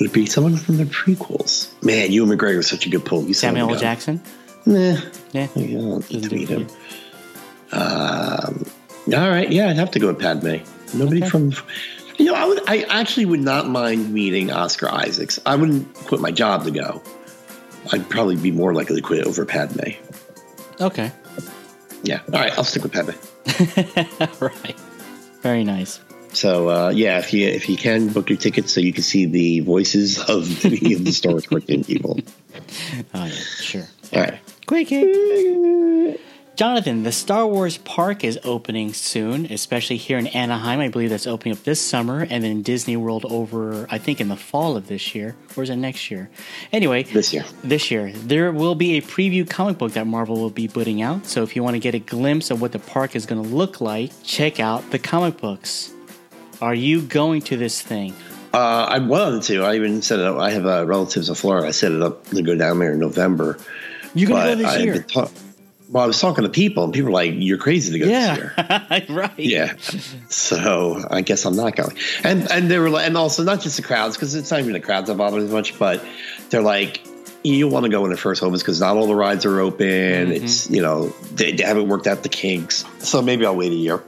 [SPEAKER 1] would it be someone from the prequels? Man, you and McGregor was such a good pull. You son of a
[SPEAKER 2] Samuel L.
[SPEAKER 1] gun.
[SPEAKER 2] Jackson.
[SPEAKER 1] Nah,
[SPEAKER 2] Yeah.
[SPEAKER 1] I don't need
[SPEAKER 2] Doesn't
[SPEAKER 1] to
[SPEAKER 2] do it
[SPEAKER 1] meet
[SPEAKER 2] for
[SPEAKER 1] him. Um, all right, yeah, I'd have to go with Padme. Nobody
[SPEAKER 2] Okay.
[SPEAKER 1] from, you know, I would. I actually would not mind meeting Oscar Isaacs. I wouldn't quit my job to go. I'd probably be more likely to quit over Padme.
[SPEAKER 2] Okay.
[SPEAKER 1] Yeah. All right, I'll stick with Padme.
[SPEAKER 2] (laughs) right. Very nice.
[SPEAKER 1] So uh, yeah, if you if you can book your tickets so you can see the voices of many of the Star Wars cartoon people.
[SPEAKER 2] Oh yeah. Sure.
[SPEAKER 1] All right.
[SPEAKER 2] Quickie. Jonathan, the Star Wars park is opening soon, especially here in Anaheim. I believe that's opening up this summer, and then Disney World over, I think, in the fall of this year. Or is it next year? Anyway,
[SPEAKER 1] This year.
[SPEAKER 2] This year, there will be a preview comic book that Marvel will be putting out. So if you want to get a glimpse of what the park is going to look like, check out the comic books. Are you going to this thing?
[SPEAKER 1] Uh, I wanted to. I even set it up. I have uh, relatives in Florida. I set it up to go down there in November.
[SPEAKER 2] You're going to go
[SPEAKER 1] But
[SPEAKER 2] this
[SPEAKER 1] I've
[SPEAKER 2] year.
[SPEAKER 1] been ta- Well, I was talking to people, and people were like, "You're crazy to go this year."
[SPEAKER 2] yeah, (laughs) right.
[SPEAKER 1] Yeah, so I guess I'm not going. And and they were like, and also not just the crowds because it's not even the crowds that bother me as much, but they're like, you want to go when it first opens because not all the rides are open.
[SPEAKER 2] Mm-hmm.
[SPEAKER 1] It's you know they, they haven't worked out the kinks, so maybe I'll wait a year.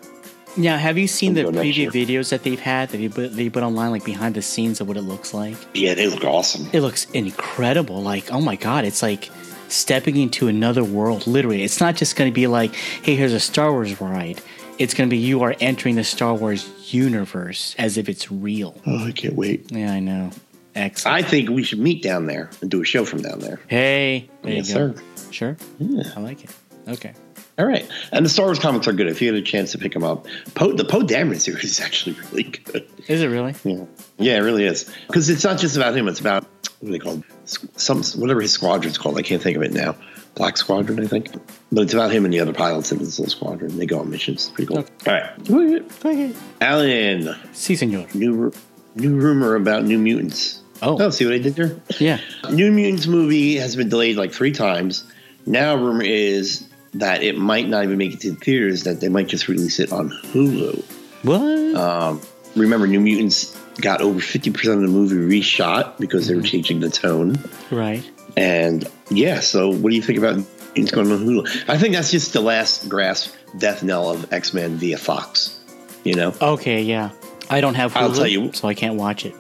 [SPEAKER 2] Now, have you seen the
[SPEAKER 1] Until next
[SPEAKER 2] preview
[SPEAKER 1] year.
[SPEAKER 2] videos that they've had that they put, they put online, like behind the scenes of what it looks like?
[SPEAKER 1] Yeah, they look awesome.
[SPEAKER 2] It looks incredible. Like, oh my God, it's like stepping into another world, literally. It's not just going to be like, hey, here's a Star Wars ride. It's going to be you are entering the Star Wars universe as if it's real.
[SPEAKER 1] Oh, I can't wait.
[SPEAKER 2] Yeah, I know. Excellent.
[SPEAKER 1] I think we should meet down there and do a show from down there.
[SPEAKER 2] hey, there
[SPEAKER 1] Yes,
[SPEAKER 2] you go.
[SPEAKER 1] sir.
[SPEAKER 2] Sure.
[SPEAKER 1] Yeah.
[SPEAKER 2] I like it. Okay.
[SPEAKER 1] All right. And the Star Wars comics are good. If you get a chance to pick them up, Poe, the Poe Dameron series is actually (laughs) really good.
[SPEAKER 2] Is it really?
[SPEAKER 1] Yeah, yeah, it really is. Because it's not just about him. It's about what are they called? Some whatever his squadron's called. I can't think of it now. Black Squadron, I think. But it's about him and the other pilots in his little squadron. They go on missions. It's pretty cool. All right,
[SPEAKER 2] Okay.
[SPEAKER 1] Alan.
[SPEAKER 2] Si, senor.
[SPEAKER 1] New ru- new rumor about New Mutants.
[SPEAKER 2] Oh.
[SPEAKER 1] oh, see what I did there?
[SPEAKER 2] Yeah.
[SPEAKER 1] New Mutants movie has been delayed like three times. Now, rumor is that it might not even make it to the theaters. That they might just release it on Hulu.
[SPEAKER 2] What?
[SPEAKER 1] Um, remember, New Mutants got over 50% of the movie reshot because they were changing the tone.
[SPEAKER 2] right.
[SPEAKER 1] And yeah, so what do you think about it's going on Hulu? I think that's just the last grasp death knell of X Men via Fox. You know?
[SPEAKER 2] Okay, yeah. I don't have Hulu,
[SPEAKER 1] I'll tell you-
[SPEAKER 2] so I can't watch it.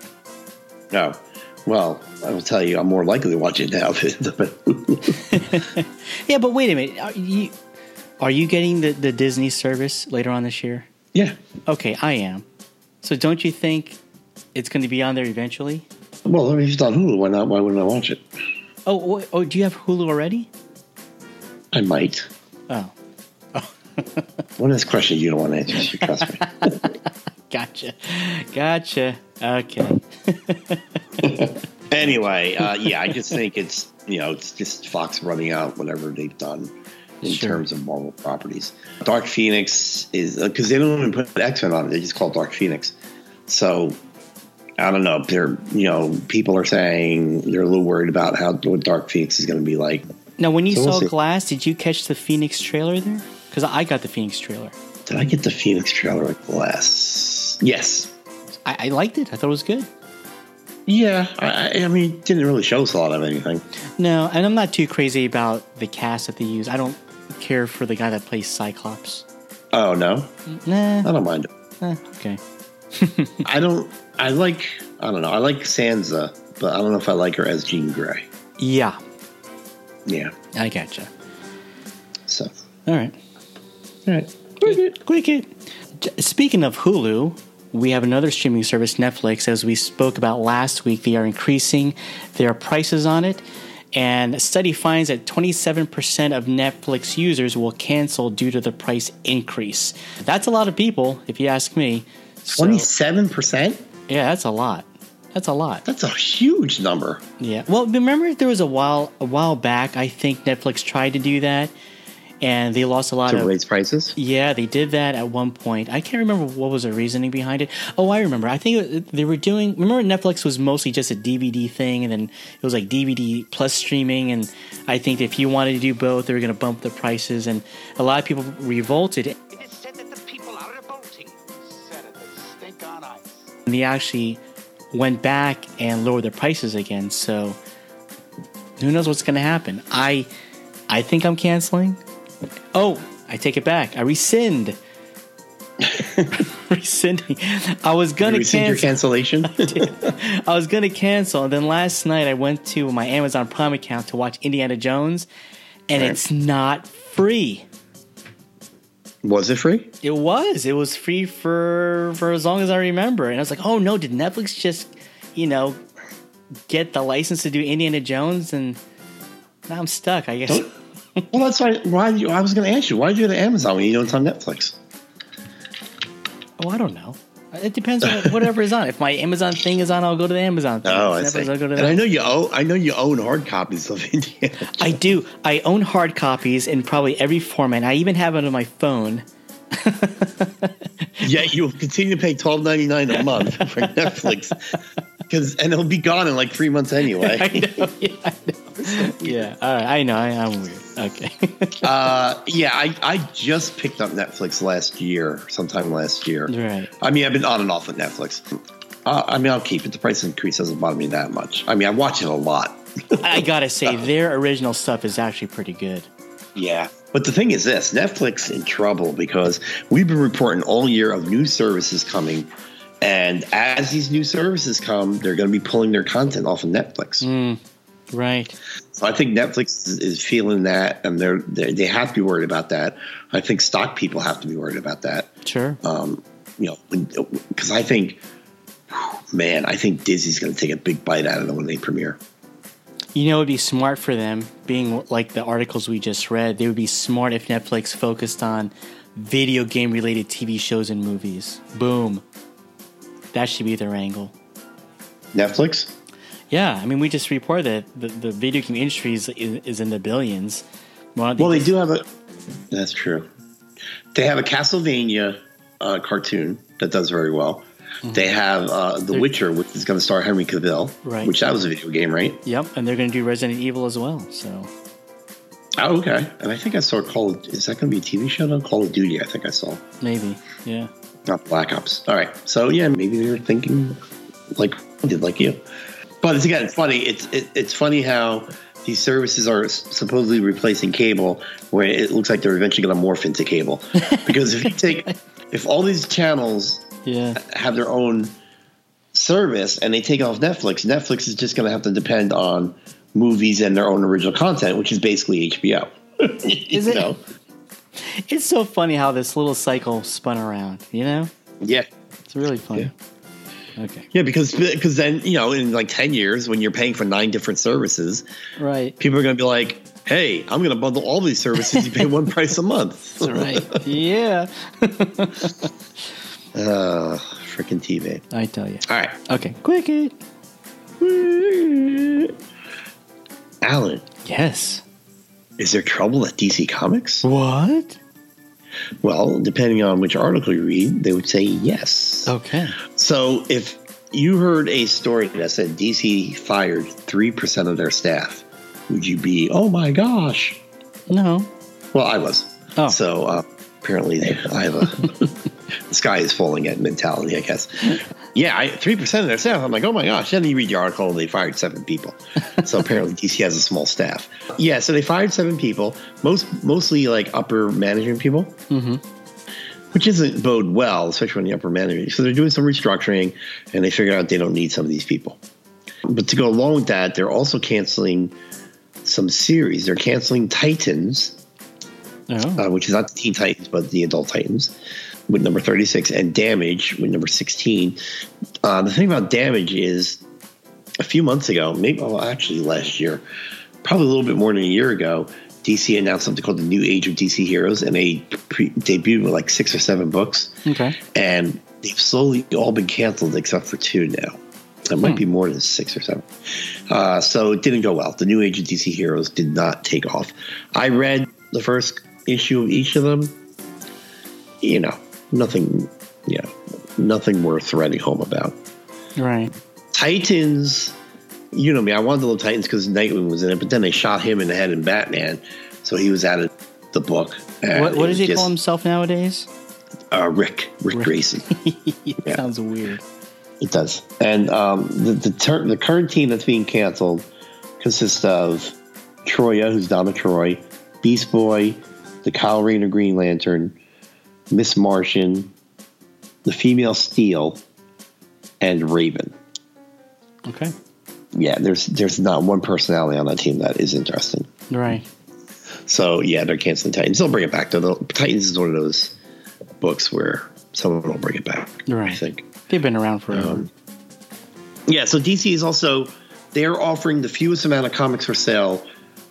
[SPEAKER 1] No. Well, I will tell you, I'm more likely to watch it now. (laughs) if it's up on Hulu.
[SPEAKER 2] Yeah, but wait a minute. Are you, are you getting the, the Disney service later on this year?
[SPEAKER 1] yeah.
[SPEAKER 2] Okay, I am. So don't you think it's going to be on there eventually?
[SPEAKER 1] Well, if it's on Hulu, why not? Why wouldn't I watch it?
[SPEAKER 2] Oh, wha- oh, do you have Hulu already?
[SPEAKER 1] I might.
[SPEAKER 2] Oh,
[SPEAKER 1] One of those questions you don't want to answer. Trust me.
[SPEAKER 2] gotcha. (laughs) Gotcha. Okay.
[SPEAKER 1] Anyway, (laughs) uh, yeah, I just think it's you know it's just Fox running out whatever they've done in
[SPEAKER 2] Sure.
[SPEAKER 1] terms of Marvel properties. Dark Phoenix is because they don't even put X Men on it; they just call it Dark Phoenix. So I don't know. They're you know people are saying they're a little worried about how what Dark Phoenix is going to be like.
[SPEAKER 2] Now, when you
[SPEAKER 1] So we'll
[SPEAKER 2] saw
[SPEAKER 1] see.
[SPEAKER 2] Glass, did you catch the Phoenix trailer there? Because I got the Phoenix trailer.
[SPEAKER 1] Did I get the Phoenix trailer with last? Yes.
[SPEAKER 2] I, I liked it. I thought it was good.
[SPEAKER 1] Yeah, I, I- I mean, didn't really show us a lot of anything.
[SPEAKER 2] No, and I'm not too crazy about the cast that they use. I don't care for the guy that plays Cyclops.
[SPEAKER 1] Oh no, I
[SPEAKER 2] Nah.
[SPEAKER 1] don't mind it.
[SPEAKER 2] eh, okay.
[SPEAKER 1] I don't. I like. I don't know. I like Sansa, but I don't know if I like her as Jean Grey.
[SPEAKER 2] Yeah,
[SPEAKER 1] Yeah.
[SPEAKER 2] I gotcha.
[SPEAKER 1] So.
[SPEAKER 2] All right.
[SPEAKER 1] All right.
[SPEAKER 2] Quick it. J- Speaking of Hulu, we have another streaming service, Netflix. As we spoke about last week, they are increasing their prices on it. And a study finds that 27% of Netflix users will cancel due to the price increase. That's a lot of people, if you ask me. So-
[SPEAKER 1] Twenty-seven percent.
[SPEAKER 2] yeah, that's a lot. That's a lot.
[SPEAKER 1] That's a huge number.
[SPEAKER 2] Yeah. Well, remember there was a while a while back. I think Netflix tried to do that, and they lost a lot
[SPEAKER 1] To
[SPEAKER 2] of.
[SPEAKER 1] raise prices.
[SPEAKER 2] Yeah, they did that at one point. I can't remember what was the reasoning behind it. Oh, I remember. I think it- they were doing. Remember, Netflix was mostly just a DVD thing, and then it was like DVD plus streaming. And I think if you wanted to do both, they were going to bump the prices, and a lot of people revolted.
[SPEAKER 3] It's said that the people are revolting. Said it, the stink on ice.
[SPEAKER 2] And they actually went back and lowered their prices again. So who knows what's going to happen? I I think I'm canceling. Oh, I take it back. I rescind.
[SPEAKER 1] (laughs)
[SPEAKER 2] Rescinding. I was gonna
[SPEAKER 1] Rescind your
[SPEAKER 2] cancel.
[SPEAKER 1] (laughs) cancellation.
[SPEAKER 2] I was gonna cancel, and then last night I went to my Amazon Prime account to watch Indiana Jones, and
[SPEAKER 1] Right.
[SPEAKER 2] it's not free.
[SPEAKER 1] Was it free?
[SPEAKER 2] It was. It was free for for as long as I remember. And I was like, oh no, did Netflix just, you know, get the license to do Indiana Jones? And now I'm stuck. I guess.
[SPEAKER 1] Well, that's why. Why you, I was going to ask you. Why did you go to Amazon when you know it's on Netflix?
[SPEAKER 2] Oh, I don't know. It depends on whatever is on. If my Amazon thing is on, I'll go to the Amazon thing.
[SPEAKER 1] Oh, I
[SPEAKER 2] If Netflix,
[SPEAKER 1] see.
[SPEAKER 2] I'll go to
[SPEAKER 1] And
[SPEAKER 2] the-
[SPEAKER 1] I know you (laughs) own. Oh, I know you own hard copies of Indiana.
[SPEAKER 2] I do. I own hard copies in probably every format. I even have it on my phone.
[SPEAKER 1] (laughs) Yeah, you will continue to pay twelve ninety nine a month (laughs) (laughs) for Netflix, because and it'll be gone in like three months anyway.
[SPEAKER 2] I know. (laughs) Yeah, I know. yeah, all right. I know. I, I'm weird. Okay. (laughs)
[SPEAKER 1] Uh, yeah, I, I just picked up Netflix last year, sometime last year.
[SPEAKER 2] right.
[SPEAKER 1] I mean, I've been on and off with Netflix. Uh, I mean, I'll keep it. The price increase doesn't bother me that much. I mean, I watch it a lot.
[SPEAKER 2] I gotta
[SPEAKER 1] Uh-huh.
[SPEAKER 2] say, their original stuff is actually pretty good.
[SPEAKER 1] Yeah. But the thing is this Netflix in trouble because we've been reporting all year of new services coming. And as these new services come, they're going to be pulling their content off of Netflix.
[SPEAKER 2] Right.
[SPEAKER 1] So I think Netflix is, is feeling that, and they're, they they have to be worried about that. I think stock people have to be worried about that.
[SPEAKER 2] Sure.
[SPEAKER 1] Um, you know, because I think, man, I think Disney's going to take a big bite out of them when they premiere.
[SPEAKER 2] You know, it'd be smart for them, being like the articles we just read, they would be smart if Netflix focused on video game related TV shows and movies. Boom. That should be their angle.
[SPEAKER 1] Netflix,
[SPEAKER 2] Yeah, I mean, we just reported that the, the video game industry is, is in the billions. Why don't
[SPEAKER 1] Well, they
[SPEAKER 2] just-
[SPEAKER 1] do have a. That's true. They have a Castlevania uh, cartoon that does very well. They have uh, The Witcher, which is going to star Henry Cavill,
[SPEAKER 2] Right.
[SPEAKER 1] which that was a video game, right?
[SPEAKER 2] Yep, and they're going to do Resident Evil as well. So,
[SPEAKER 1] Oh, okay. And I think I saw Call. Of, is that going to be a TV show? No, Call of Duty. I think I saw.
[SPEAKER 2] maybe. Yeah.
[SPEAKER 1] Not Black Ops. All right. So yeah, maybe they were thinking like I did like you. But it's again, it's funny. It's it, it's funny how these services are s- supposedly replacing cable, where it looks like they're eventually going to morph
[SPEAKER 2] (laughs)
[SPEAKER 1] into cable. Because if you take if all these channels
[SPEAKER 2] Yeah.
[SPEAKER 1] have their own service and they take off Netflix, Netflix is just going to have to depend on movies and their own original content, which is basically HBO.
[SPEAKER 2] Is it? (laughs) It's so funny how this little cycle spun around, you know?
[SPEAKER 1] Yeah.
[SPEAKER 2] It's really funny. Okay.
[SPEAKER 1] Yeah, because because then you know in like ten years when you're paying for nine different services,
[SPEAKER 2] Right.
[SPEAKER 1] people are going to be like, "Hey, I'm going to bundle all these services. You pay one price a
[SPEAKER 2] (laughs)
[SPEAKER 1] month."
[SPEAKER 2] That's
[SPEAKER 1] (laughs)
[SPEAKER 2] right. yeah.
[SPEAKER 1] Uh, freaking TV.
[SPEAKER 2] I tell you.
[SPEAKER 1] All right,
[SPEAKER 2] Okay. Quick it.
[SPEAKER 1] (laughs) Alan,
[SPEAKER 2] Yes.
[SPEAKER 1] is there trouble at DC Comics?
[SPEAKER 2] What?
[SPEAKER 1] Well, depending on which article you read, they would say yes.
[SPEAKER 2] Okay.
[SPEAKER 1] So if you heard a story that said DC fired three percent of their staff, would you be, "Oh my gosh"?
[SPEAKER 2] No.
[SPEAKER 1] Well, I was.
[SPEAKER 2] Oh.
[SPEAKER 1] So uh, apparently, I have a (laughs) the sky is falling at mentality, I guess. Yeah, three percent of their staff. I'm like, oh my gosh. Then you read your article, and they fired seven people. So apparently, DC has a small staff. Yeah, so they fired seven people, most mostly like upper management people,
[SPEAKER 2] Mhm.
[SPEAKER 1] which isn't bode well, especially when the upper management. So they're doing some restructuring, and they figure out they don't need some of these people. But to go along with that, they're also canceling some series. They're canceling Titans,
[SPEAKER 2] Oh.
[SPEAKER 1] uh, which is not the Teen Titans, but the Adult Titans, with number 36, and Damage with number 16. Uh, the thing about Damage is a few months ago, maybe, well, actually last year, probably a little bit more than a year ago, DC announced something called the New Age of DC Heroes, and they pre- debuted with like six or seven books,
[SPEAKER 2] okay.
[SPEAKER 1] and they've slowly all been canceled except for two now. It
[SPEAKER 2] Hmm.
[SPEAKER 1] might be more than six or seven. Uh, so it didn't go well. The new Age of DC Heroes did not take off. I read the first issue of each of them. You know, nothing. Yeah, nothing worth writing home about.
[SPEAKER 2] Right.
[SPEAKER 1] Titans. You know me. I wanted to love Titans because Nightwing was in it, but then they shot him in the head in Batman, so he was out of the book. and
[SPEAKER 2] What, what does he
[SPEAKER 1] was
[SPEAKER 2] call
[SPEAKER 1] just,
[SPEAKER 2] himself nowadays?
[SPEAKER 1] Uh, Rick. Rick Grayson.
[SPEAKER 2] It
[SPEAKER 1] Yeah.
[SPEAKER 2] sounds weird.
[SPEAKER 1] It does. And um, the the, ter- the current team that's being canceled consists of Troya, who's Donna Troy, Beast Boy, the Kyle Rayner Green Lantern, Miss Martian, the female Steel, and Raven.
[SPEAKER 2] Okay.
[SPEAKER 1] Yeah, there's there's not one personality on that team that is interesting.
[SPEAKER 2] Right.
[SPEAKER 1] So yeah, they're canceling Titans. They'll bring it back though. They'll- Titans is one of those books where someone will bring it back. I
[SPEAKER 2] Right.
[SPEAKER 1] think.
[SPEAKER 2] They've been around forever.
[SPEAKER 1] Um, Yeah, so DC is also they're offering the fewest amount of comics for sale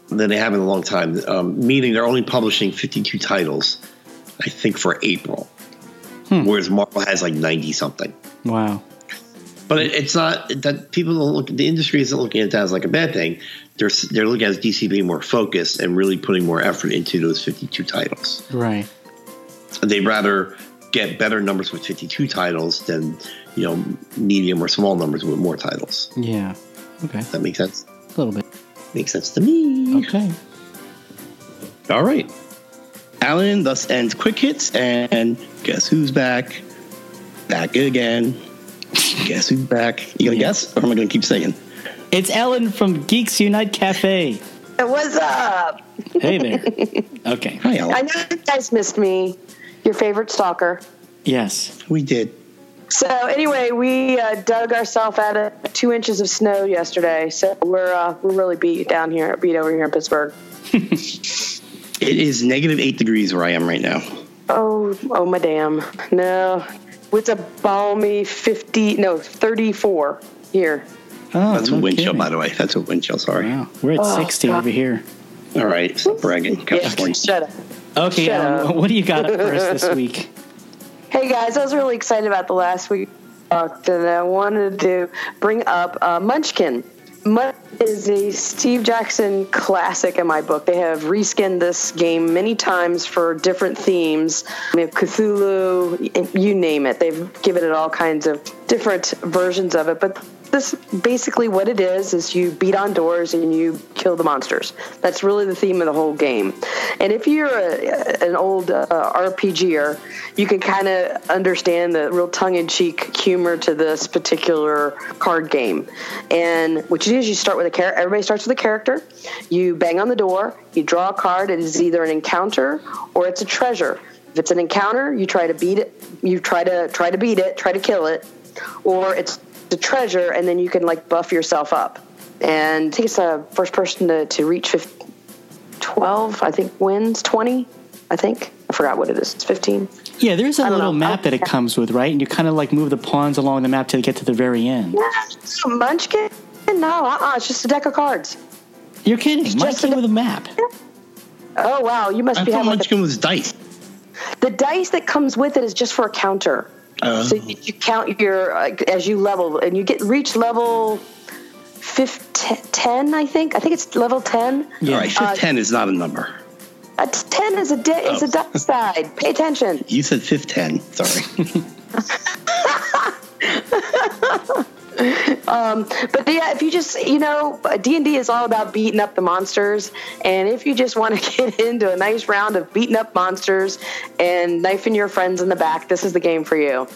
[SPEAKER 1] than they have in a long time, um, meaning they're only publishing 52 titles, I think, for April, whereas Marvel has like 90 something.
[SPEAKER 2] wow.
[SPEAKER 1] But it, it's not that people don't look. The industry isn't looking at that as like a bad thing. They're s- they're looking at DC being more focused and really putting more effort into those 52 titles
[SPEAKER 2] Right.
[SPEAKER 1] they'd rather get better numbers with 52 titles than you know medium or small numbers with more titles
[SPEAKER 2] Yeah. Okay.
[SPEAKER 1] that makes sense
[SPEAKER 2] A little bit.
[SPEAKER 1] Makes sense to me.
[SPEAKER 2] Okay.
[SPEAKER 1] All right. Alan thus ends quick hits, and guess who's back? Back again. Guess who's back? You gonna guess, or am I gonna keep singing?
[SPEAKER 2] It's Ellen from Geeks Unite Cafe.
[SPEAKER 4] What's up?
[SPEAKER 2] Hey
[SPEAKER 1] (laughs)
[SPEAKER 2] there. Okay.
[SPEAKER 1] Hi,
[SPEAKER 4] uh, I
[SPEAKER 1] Alan.
[SPEAKER 4] know you guys missed me, your favorite stalker.
[SPEAKER 2] Yes.
[SPEAKER 1] We did.
[SPEAKER 4] So anyway, we uh, dug ourselves out of two inches of snow yesterday, so we're uh, we're really beat down here, beat over here in Pittsburgh.
[SPEAKER 1] It is negative eight degrees where I am right now.
[SPEAKER 4] Oh, oh my damn! No, it's a balmy fifty, no thirty-four here.
[SPEAKER 2] Oh,
[SPEAKER 1] That's a
[SPEAKER 2] no
[SPEAKER 1] wind chill,
[SPEAKER 2] kidding.
[SPEAKER 1] by the way. That's a wind chill. Sorry.
[SPEAKER 2] Wow. We're at
[SPEAKER 4] Oh,
[SPEAKER 2] 60
[SPEAKER 4] God.
[SPEAKER 2] over here.
[SPEAKER 1] All right. Stop bragging. Come
[SPEAKER 4] Yeah,
[SPEAKER 1] on.
[SPEAKER 4] shut up.
[SPEAKER 2] Okay,
[SPEAKER 4] Shut
[SPEAKER 2] Ellen,
[SPEAKER 4] up.
[SPEAKER 2] what do you got up for us
[SPEAKER 4] (laughs)
[SPEAKER 2] this week?
[SPEAKER 4] Hey guys, I was really excited about the last week talked, and I wanted to bring up uh, Munchkin. Munchkin is a Steve Jackson classic in my book. They have reskinned this game many times for different themes. We have Cthulhu, you name it. They've given it all kinds of different versions of it, but this basically what it is is you beat on doors and you kill the monsters that's really the theme of the whole game and if you're a, an old uh, rpger you can kind of understand the real tongue-in-cheek humor to this particular card game and what you do is you start with a character everybody starts with a character you bang on the door you draw a card it is either an encounter or it's a treasure if it's an encounter you try to beat it you try to try to beat it try to kill it or it's the treasure, and then you can like buff yourself up. And I think it's the first person to, to reach 15, 12, I think, wins 20, I think. I forgot what it is. It's 15.
[SPEAKER 2] Yeah, there's a
[SPEAKER 4] don't
[SPEAKER 2] little
[SPEAKER 4] know.
[SPEAKER 2] map that it
[SPEAKER 4] Okay.
[SPEAKER 2] comes with, right? And you kind of like move the pawns along the map to get to the very end.
[SPEAKER 4] Munchkin? No, uh uh it's just a deck of cards.
[SPEAKER 2] You're kidding. Mine
[SPEAKER 4] just
[SPEAKER 2] came
[SPEAKER 4] an-
[SPEAKER 2] with a map.
[SPEAKER 4] Oh, wow. You must
[SPEAKER 1] I
[SPEAKER 4] be
[SPEAKER 1] thought
[SPEAKER 4] having like,
[SPEAKER 1] Munchkin was dice.
[SPEAKER 4] a- the dice that comes with it is just for a counter.
[SPEAKER 1] Oh.
[SPEAKER 4] So you, you count your uh, as you level, and you get reach level 15, 10, I think. I think it's level 10.
[SPEAKER 1] All right.
[SPEAKER 4] Uh,
[SPEAKER 1] 10 is not a number.
[SPEAKER 4] A t- 10 is a, di- is a
[SPEAKER 1] Oh.
[SPEAKER 4] dark side. Pay attention.
[SPEAKER 1] You said fifth 10.
[SPEAKER 4] (laughs)
[SPEAKER 1] Sorry.
[SPEAKER 4] But yeah, if you just, you know, D&D is all about beating up the monsters. And if you just want to (laughs) get into a nice round of beating up monsters and knifing your friends in the back, this is the game for you.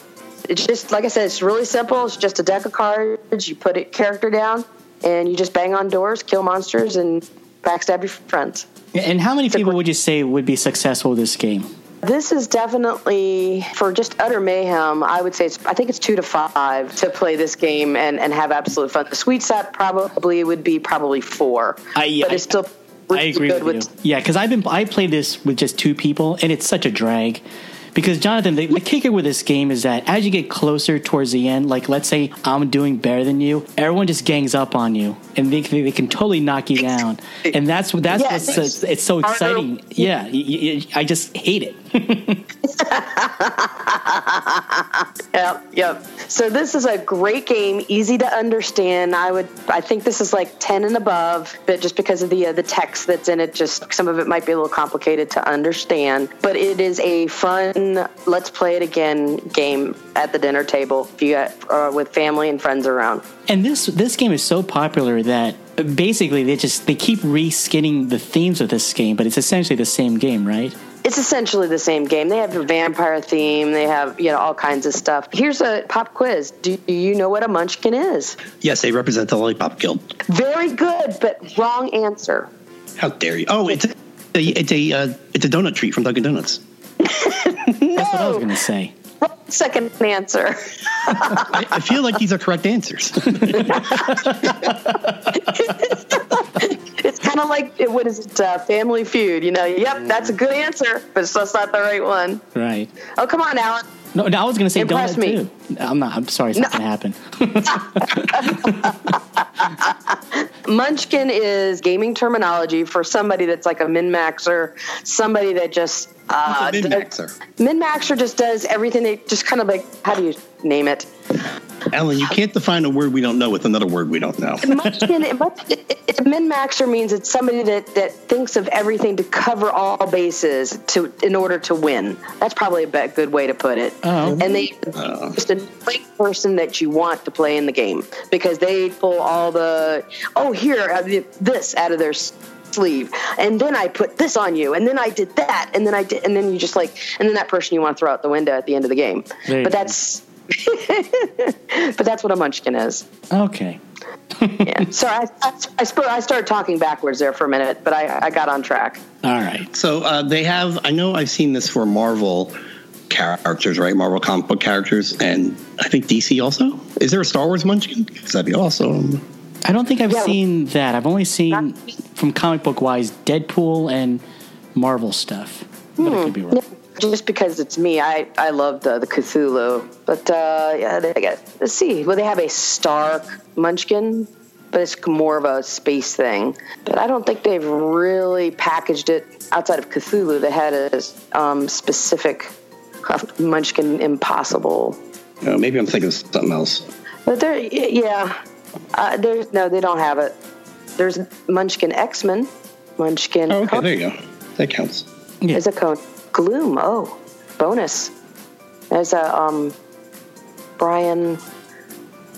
[SPEAKER 4] It's just, like I said, it's really simple. It's just a deck of cards. You put a character down and you just bang on doors, kill monsters, and backstab your friends.
[SPEAKER 2] And how many people would you say would be successful with this game?
[SPEAKER 4] This is definitely for just utter mayhem. I would say it's, I think it's two to five to play this game and, and have absolute fun. The sweet spot probably would be probably four,
[SPEAKER 2] I-
[SPEAKER 4] but
[SPEAKER 2] I-
[SPEAKER 4] it's still
[SPEAKER 2] I
[SPEAKER 4] pretty
[SPEAKER 2] agree with,
[SPEAKER 4] good
[SPEAKER 2] you. Yeah, because I've been I played this with just two people, and it's such a drag. Because Jonathan, the, the kicker with this game is that as you get closer towards the end, like let's say I'm doing better than you, everyone just gangs up on you, and they, they, they can totally knock you down, and that's what that's
[SPEAKER 4] Yes.
[SPEAKER 2] what's so, it's so
[SPEAKER 4] Harder.
[SPEAKER 2] exciting. Yeah, y- y- y- I just hate it.
[SPEAKER 4] Yep, yep. So this is a great game, easy to understand. I would, I think this is like ten and above, but just because of the uh, the text that's in it, just some of it might be a little complicated to understand. But it is a fun, let's play it again game at the dinner table if you got uh, with family and friends around.
[SPEAKER 2] And this this game is so popular that basically they just they keep reskinning the themes of this game, but it's essentially the same game, right?
[SPEAKER 4] it's essentially the same game. They have a vampire theme. They have you know all kinds of stuff. Here's a pop quiz. Do you know what a munchkin is?
[SPEAKER 1] yes, they represent the Lollipop Guild.
[SPEAKER 4] Very good, but wrong answer.
[SPEAKER 1] How dare you? Oh, it's a, it's a uh, it's a donut treat from Dunkin'
[SPEAKER 4] (laughs)
[SPEAKER 1] Donuts.
[SPEAKER 2] That's what I was
[SPEAKER 4] No.
[SPEAKER 2] gonna say.
[SPEAKER 4] Wrong second answer. (laughs)
[SPEAKER 1] I, I feel like these are correct answers.
[SPEAKER 4] It's kind of like what is it? Uh, family Feud. You know. Yep, that's a good answer, but it's just not the right one.
[SPEAKER 2] Right.
[SPEAKER 4] Oh come on, Alan.
[SPEAKER 2] No, no, I was going to say
[SPEAKER 4] Impress
[SPEAKER 2] donut
[SPEAKER 4] me.
[SPEAKER 2] too. I'm not. I'm sorry, it's not going to happen.
[SPEAKER 4] Munchkin is gaming terminology for somebody that's like a min maxer, somebody that just uh,
[SPEAKER 1] Min-maxer.
[SPEAKER 4] Min Maxer just does everything. They just kind of like, how do you name it?
[SPEAKER 1] Ellen, you can't define a word we don't know with another word we don't know.
[SPEAKER 4] Munchkin, it must- it- it- a min maxer means it's somebody that, that thinks of everything to cover all bases to in order to win. That's probably a be- good way to put it.
[SPEAKER 2] Oh.
[SPEAKER 4] And they just a great person that you want to play in the game because they pull all the oh here I did this out of their s- sleeve, and then I put this on you, and then I did that, and then I did, and then you just like, and then that person you want to throw out the window at the end of the game.
[SPEAKER 2] There you go.
[SPEAKER 4] But that's. (laughs) but that's what a munchkin is.
[SPEAKER 2] Okay.
[SPEAKER 4] Yeah. Sorry, I, I, I, sp- I started talking backwards there for a minute, but I, I got on track.
[SPEAKER 2] All right.
[SPEAKER 1] So uh, they have. I know I've seen this for Marvel characters, right? Marvel comic book characters, and I think DC also. Is there a Star Wars Munchkin? 'Cause that'd be awesome.
[SPEAKER 2] I don't think I've
[SPEAKER 4] Yeah.
[SPEAKER 2] seen that. I've only seen,
[SPEAKER 4] Not-
[SPEAKER 2] from comic book wise, Deadpool and Marvel stuff. But I could
[SPEAKER 4] Hmm.
[SPEAKER 2] be wrong.
[SPEAKER 4] Just because it's me, I, I loved uh, the Cthulhu. But uh, yeah, they, I guess, let's see. Well, they have a Stark Munchkin, but it's more of a space thing. But I don't think they've really packaged it outside of Cthulhu. They had a um, specific Munchkin Impossible
[SPEAKER 1] Uh, maybe I'm thinking of something else.
[SPEAKER 4] But there, y- yeah, uh, there's no, they don't have it. There's Munchkin X Men, Munchkin.
[SPEAKER 1] Oh, okay,
[SPEAKER 4] Cone-
[SPEAKER 1] there you go. That counts.
[SPEAKER 2] Yeah.
[SPEAKER 4] Is a cone Gloom? Oh, bonus. There's a um, Brian.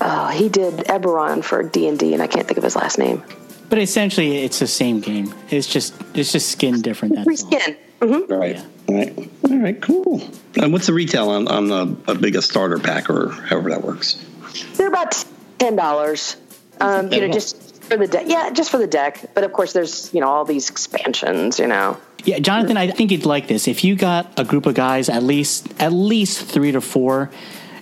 [SPEAKER 4] Oh, he did Eberron for D and D, and I can't think of his last name.
[SPEAKER 2] But essentially, it's the same game. It's just it's just skin different. That's all.
[SPEAKER 4] Reskin. hmm
[SPEAKER 1] All right. All right. All right. Cool. And what's the retail on on the a big a starter pack or however that works?
[SPEAKER 4] They're about ten dollars. Um, you know, just for the deck. Yeah, just for the deck. But of course, there's you know all these expansions. You know.
[SPEAKER 2] Yeah, Jonathan, I think you'd like this. If you got a group of guys, at least at least three to four,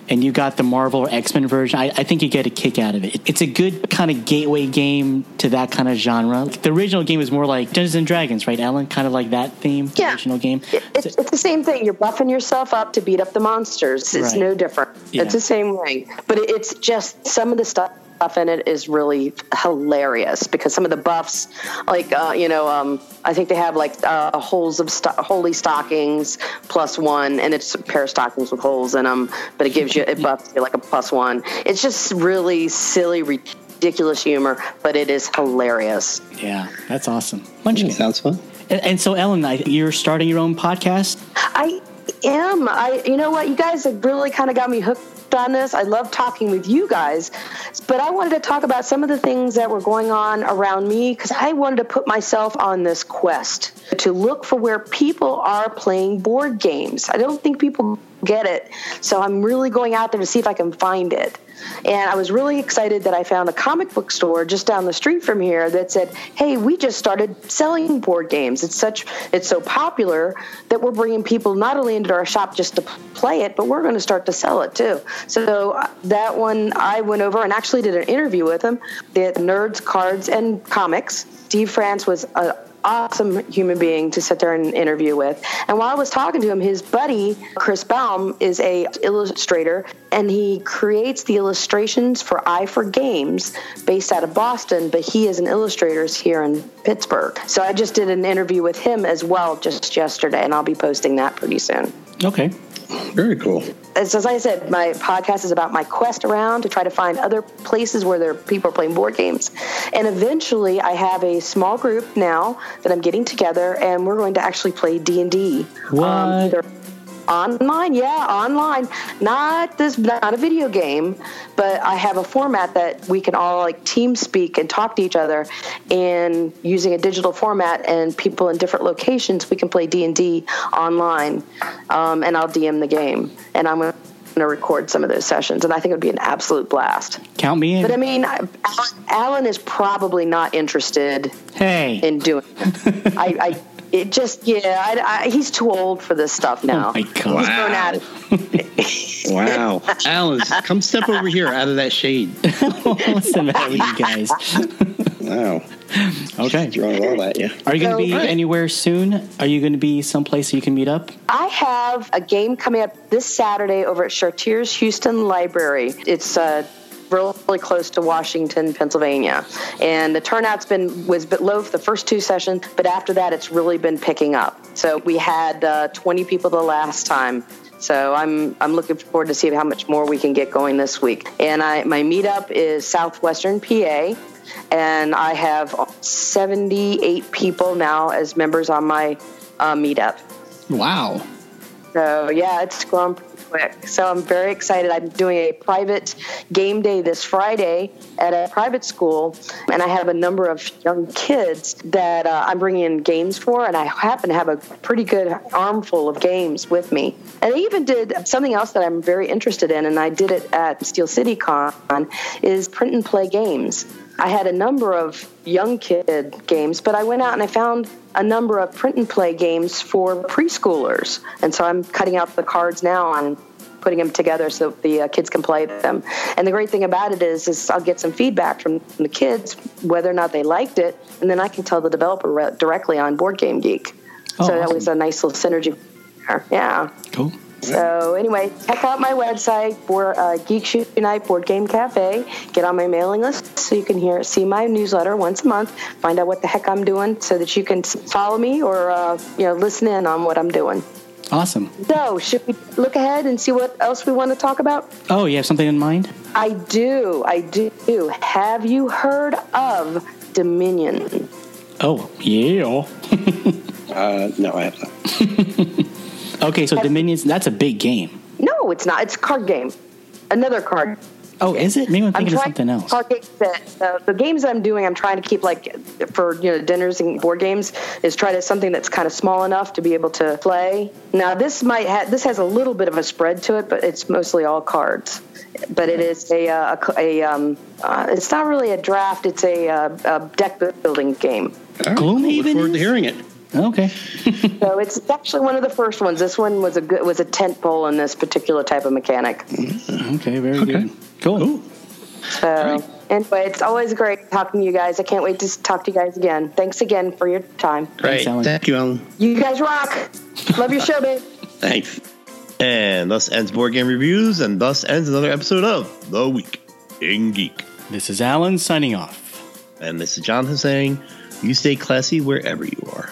[SPEAKER 2] and you got the Marvel or X Men version, I, I think you get a kick out of it. It's a good kind of gateway game to that kind of genre. The original game was more like Dungeons and Dragons, right, Alan? Kind of like that theme. the
[SPEAKER 4] Yeah.
[SPEAKER 2] original game.
[SPEAKER 4] It- It's, it's the same thing. You're buffing yourself up to beat up the monsters. It's
[SPEAKER 2] Right.
[SPEAKER 4] no different.
[SPEAKER 2] Yeah.
[SPEAKER 4] It's the same thing. But it, it's just some of the stuff in it is really hilarious because some of the buffs, like uh, you know, um, I think they have like uh, holes of sto- holy stockings plus one, and it's a pair of stockings with holes in them. But it gives you it buffs you like a plus one. It's just really silly, ridiculous humor, but it is hilarious.
[SPEAKER 2] yeah, that's awesome. Munchkin.
[SPEAKER 1] Sounds fun.
[SPEAKER 2] And, and so, Ellen, I, you're starting your own podcast.
[SPEAKER 4] I am. I you know what? You guys have really kind of got me hooked on this. I love talking with you guys, but I wanted to talk about some of the things that were going on around me because I wanted to put myself on this quest to look for where people are playing board games. I don't think people get it, so I'm really going out there to see if I can find it. And I was really excited that I found a comic book store just down the street from here that said, "Hey, we just started selling board games. It's such it's so popular that we're bringing people not only into our shop just to play it, but we're going to start to sell it too." So uh, that one I went over and actually did an interview with them. They had nerds, cards, and comics. Steve France was an awesome human being to sit there and interview with. And while I was talking to him, his buddy Chris Baum is a illustrator, and he creates the illustrations for Eye for Games, based out of Boston. But he is an illustrator here in Pittsburgh. So I just did an interview with him as well just yesterday, and I'll be posting that pretty soon
[SPEAKER 2] Okay.
[SPEAKER 1] Very cool.
[SPEAKER 4] as, as I said, my podcast is about my quest around to try to find other places where there people are playing board games, and eventually I have a small group now that I'm getting together, and we're going to actually play D and D. Um,
[SPEAKER 2] What?
[SPEAKER 4] Online, yeah, online. Not this, not a video game, but I have a format that we can all like team speak and talk to each other, and using a digital format and people in different locations, we can play D and D online, um, and I'll DM the game, and I'm going to record some of those sessions, and I think it would be an absolute blast.
[SPEAKER 2] Count me in.
[SPEAKER 4] But I mean, I- Alan, Alan is probably not interested
[SPEAKER 2] hey.
[SPEAKER 4] in doing. It. I, I, it just yeah, I, I, he's too old for this stuff now.
[SPEAKER 2] Oh my God.
[SPEAKER 4] He's grown out. of-
[SPEAKER 1] (laughs) Wow. Alan, come step over here out of that shade.
[SPEAKER 2] (laughs) What's the matter with you guys?
[SPEAKER 1] Wow.
[SPEAKER 2] Okay.
[SPEAKER 1] Throwing all that, yeah.
[SPEAKER 2] Are you going to be
[SPEAKER 4] So-
[SPEAKER 2] anywhere soon? Are you going to be someplace you can meet up?
[SPEAKER 4] I have a game coming up this Saturday over at Chartier's Houston Library. It's uh, really close to Washington, Pennsylvania, and the turnout's been was a bit low for the first two sessions, but after that, it's really been picking up. So we had uh, 20 people the last time. So I'm I'm looking forward to see how much more we can get going this week. And I my meetup is Southwestern PA, and I have 78 people now as members on my uh, meetup.
[SPEAKER 5] Wow.
[SPEAKER 4] So yeah, it's grown pretty quick. So I'm very excited. I'm doing a private game day this Friday at a private school, and I have a number of young kids that uh, I'm bringing in games for, and I happen to have a pretty good armful of games with me. And I even did something else that I'm very interested in, and I did it at Steel City Con, is print and play games. I had a number of young kid games, but I went out and I found a number of print and play games for preschoolers. And so I'm cutting out the cards now and putting them together so that the uh, kids can play them. And the great thing about it is, is I'll get some feedback from the kids whether or not they liked it, and then I can tell the developer re- directly on Board Game Geek.
[SPEAKER 5] Oh,
[SPEAKER 4] so that
[SPEAKER 5] awesome.
[SPEAKER 4] was a nice little synergy. there. Yeah.
[SPEAKER 5] Cool.
[SPEAKER 4] So anyway, check out my website for uh, Geek Shoot Unite Board Game Cafe. Get on my mailing list so you can hear see my newsletter once a month. Find out what the heck I'm doing so that you can s- follow me or uh, you know listen in on what I'm doing.
[SPEAKER 5] Awesome.
[SPEAKER 4] So should we look ahead and see what else we want to talk about?
[SPEAKER 2] Oh, you have something in mind?
[SPEAKER 4] I do, I do. Have you heard of Dominion?
[SPEAKER 2] Oh, yeah.
[SPEAKER 1] Uh, no, I have not.
[SPEAKER 2] Okay, so Dominions, that's a big game.
[SPEAKER 4] No, it's not. It's a card game. Another card
[SPEAKER 2] Oh, is it? Maybe I'm thinking of something else.
[SPEAKER 4] card games that uh, the games I'm doing, I'm trying to keep like for you know dinners and board games is try to something that's kind of small enough to be able to play. Now this might ha- this has a little bit of a spread to it, but it's mostly all cards. But it is a, uh, a, a um, uh, it's not really a draft. It's a, uh a deck building game.
[SPEAKER 1] All right,
[SPEAKER 2] Gloomhaven
[SPEAKER 1] Look forward to
[SPEAKER 2] is-
[SPEAKER 1] hearing it.
[SPEAKER 2] Okay.
[SPEAKER 4] So it's actually one of the first ones. This one was a good, was a tent pole in this particular type of mechanic.
[SPEAKER 2] Okay, very good. Cool.
[SPEAKER 1] Cool.
[SPEAKER 4] So anyway, it's always great talking to you guys. I can't wait to talk to you guys again. Thanks again for your time.
[SPEAKER 1] Great.
[SPEAKER 2] Alan.
[SPEAKER 1] Thank you, Alan.
[SPEAKER 4] You guys rock. Love your show, babe.
[SPEAKER 1] Thanks. And thus ends board game reviews, and thus ends another episode of The Week in Geek.
[SPEAKER 2] This is Alan signing off.
[SPEAKER 1] And this is Jonathan saying, you stay classy wherever you are.